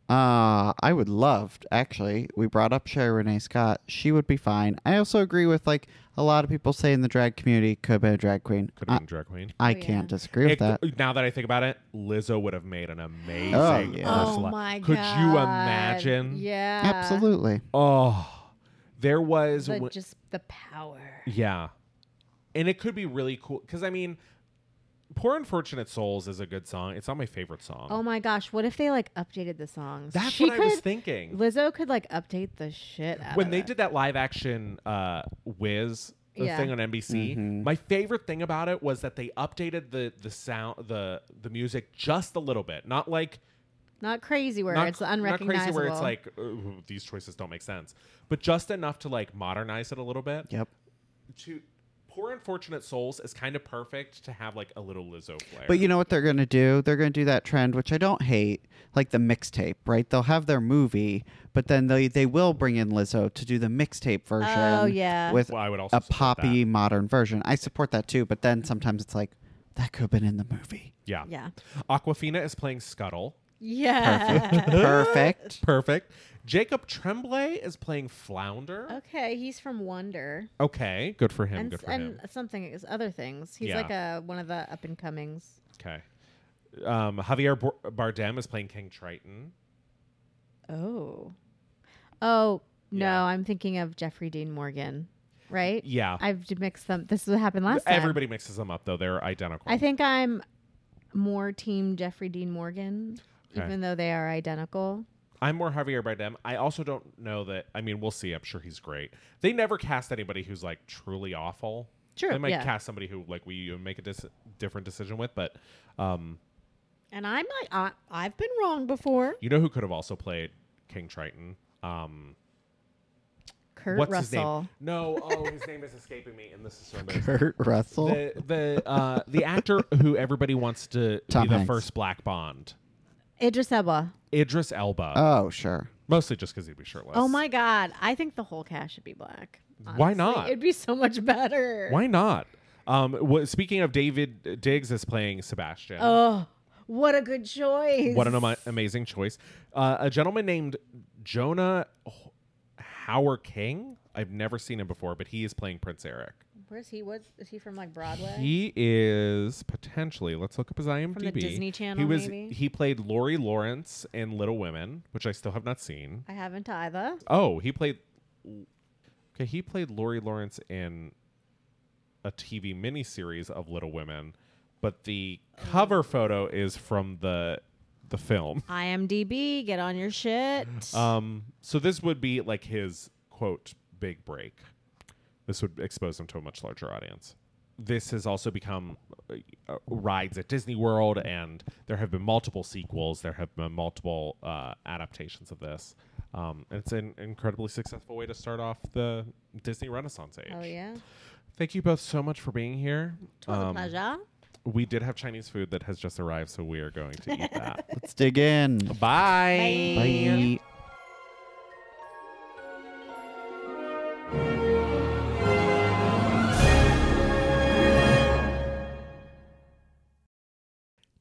Speaker 3: Uh, I would love, to- actually, we brought up Sherry Renee Scott. She would be fine. I also agree with, like, a lot of people say in the drag community, could have been a drag queen.
Speaker 1: Could
Speaker 3: I,
Speaker 1: have been a drag queen.
Speaker 3: I
Speaker 2: Oh, yeah.
Speaker 3: can't disagree with
Speaker 1: It-
Speaker 3: that.
Speaker 1: Now that I think about it, Lizzo would have made an amazing
Speaker 3: Oh, yeah.
Speaker 1: Ursula.
Speaker 2: Oh my god!
Speaker 1: Could you imagine?
Speaker 2: Yeah,
Speaker 3: Absolutely.
Speaker 1: Oh, there was
Speaker 2: The,
Speaker 1: w-
Speaker 2: just the power.
Speaker 1: Yeah. And it could be really cool because I mean, "Poor Unfortunate Souls" is a good song. It's not my favorite song.
Speaker 2: Oh my gosh! What if they like updated the songs?
Speaker 1: That's
Speaker 2: she
Speaker 1: what
Speaker 2: could,
Speaker 1: I was thinking.
Speaker 2: Lizzo could like update the shit out
Speaker 1: when
Speaker 2: of
Speaker 1: they
Speaker 2: it.
Speaker 1: did that live action uh Wiz
Speaker 2: Yeah.
Speaker 1: thing on NBC,
Speaker 3: Mhm.
Speaker 1: my favorite thing about it was that they updated the the sound the the music just a little bit. Not like
Speaker 2: not crazy where
Speaker 1: not,
Speaker 2: it's
Speaker 1: cr- not
Speaker 2: unrecognizable.
Speaker 1: crazy where it's like "Ooh, these choices don't make sense, but just enough to like modernize it a little bit.
Speaker 3: Yep.
Speaker 1: To Poor Unfortunate Souls is kind of perfect to have like a little Lizzo flair.
Speaker 3: But you know what they're going to do? They're going to do that trend, which I don't hate, like the mixtape, right? They'll have their movie, but then they, they will bring in Lizzo to do the mixtape version.
Speaker 2: Oh, yeah.
Speaker 3: With
Speaker 1: Well, I would also
Speaker 3: a
Speaker 1: support that.
Speaker 3: poppy modern version. I support that too, but then sometimes it's like, that could have been in the
Speaker 2: *laughs*
Speaker 3: movie.
Speaker 1: Yeah.
Speaker 2: yeah,
Speaker 1: Aquafina is playing Scuttle.
Speaker 2: yeah.
Speaker 1: *laughs*
Speaker 3: Perfect.
Speaker 1: Perfect. Jacob Tremblay is playing Flounder. Okay,
Speaker 2: *laughs* okay, he's from Wonder
Speaker 1: good for him.
Speaker 2: and
Speaker 1: good for
Speaker 2: and
Speaker 1: him.
Speaker 2: something is other things. He's
Speaker 1: Yeah.
Speaker 2: like a one of the up and comings.
Speaker 1: Okay. Um, Javier Bor- Bardem is playing King Triton.
Speaker 2: Oh, oh no!
Speaker 1: Yeah.
Speaker 2: I'm thinking of Jeffrey Dean Morgan, right?
Speaker 1: Yeah.
Speaker 2: I've d- mixed them. This is what happened last time.
Speaker 1: Everybody mixes them up though; they're identical.
Speaker 2: I think I'm more team Jeffrey Dean Morgan,
Speaker 1: Okay.
Speaker 2: even though they are identical.
Speaker 1: I'm more Javier Bardem. I also don't know that. I mean, we'll see. I'm sure he's great. They never cast anybody who's like truly awful.
Speaker 2: True,
Speaker 1: They might
Speaker 2: yeah.
Speaker 1: cast somebody who like we make a dis- different decision with, but um,
Speaker 2: And I'm like, I, I've been wrong before.
Speaker 1: you know who could have also played King Triton? Um,
Speaker 2: Kurt
Speaker 1: What's
Speaker 2: Russell.
Speaker 1: his name? No, oh, his name is escaping me, and this is so embarrassing.
Speaker 3: Kurt Russell.
Speaker 1: The the uh, the actor who everybody wants to
Speaker 3: Tom
Speaker 1: be the
Speaker 3: Hanks.
Speaker 1: first Black Bond,
Speaker 2: Idris Elba.
Speaker 1: Idris Elba,
Speaker 3: oh, sure.
Speaker 1: mostly just because he'd be shirtless.
Speaker 2: Oh my God. I think the whole cast should be black.
Speaker 1: Why
Speaker 2: honestly.
Speaker 1: not?
Speaker 2: It'd be so much better.
Speaker 1: Why not? Um, wh- speaking of David Diggs is playing Sebastian.
Speaker 2: Oh, What a good choice.
Speaker 1: What an ama- amazing choice. Uh, a gentleman named Jonah H- Howard King. I've never seen him before, but he is playing Prince Eric.
Speaker 2: Where's he? What is he from? Like Broadway?
Speaker 1: He is potentially. Let's look up his IMDb.
Speaker 2: Disney
Speaker 1: He
Speaker 2: Channel,
Speaker 1: was.
Speaker 2: maybe?
Speaker 1: He played Lori Lawrence in Little Women, which I still have not seen.
Speaker 2: I haven't either.
Speaker 1: Oh, he played. Okay, he played Lori Lawrence in a TV miniseries of Little Women, but the cover photo is from the the film.
Speaker 2: IMDb, get on your shit.
Speaker 1: Um, so this would be like his quote big break. This would expose him to a much larger audience. This has also become uh, uh, rides at Disney World, and there have been multiple sequels. There have been multiple uh, adaptations of this. Um, and it's an incredibly successful way to start off the Disney Renaissance age.
Speaker 2: oh yeah.
Speaker 1: Thank you both so much for being here.
Speaker 2: It was a
Speaker 1: Um,
Speaker 2: pleasure.
Speaker 1: we did have Chinese food that has just arrived, so we are going to
Speaker 2: *laughs*
Speaker 1: eat that.
Speaker 3: Let's dig in.
Speaker 1: Bye.
Speaker 3: Bye.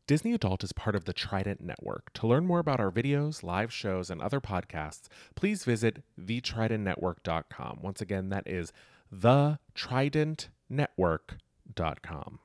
Speaker 1: Disney Adult is part of the Trident Network. To learn more about our videos, live shows, and other podcasts, please visit thetridentnetwork.com. Once again, that is thetridentnetwork.com.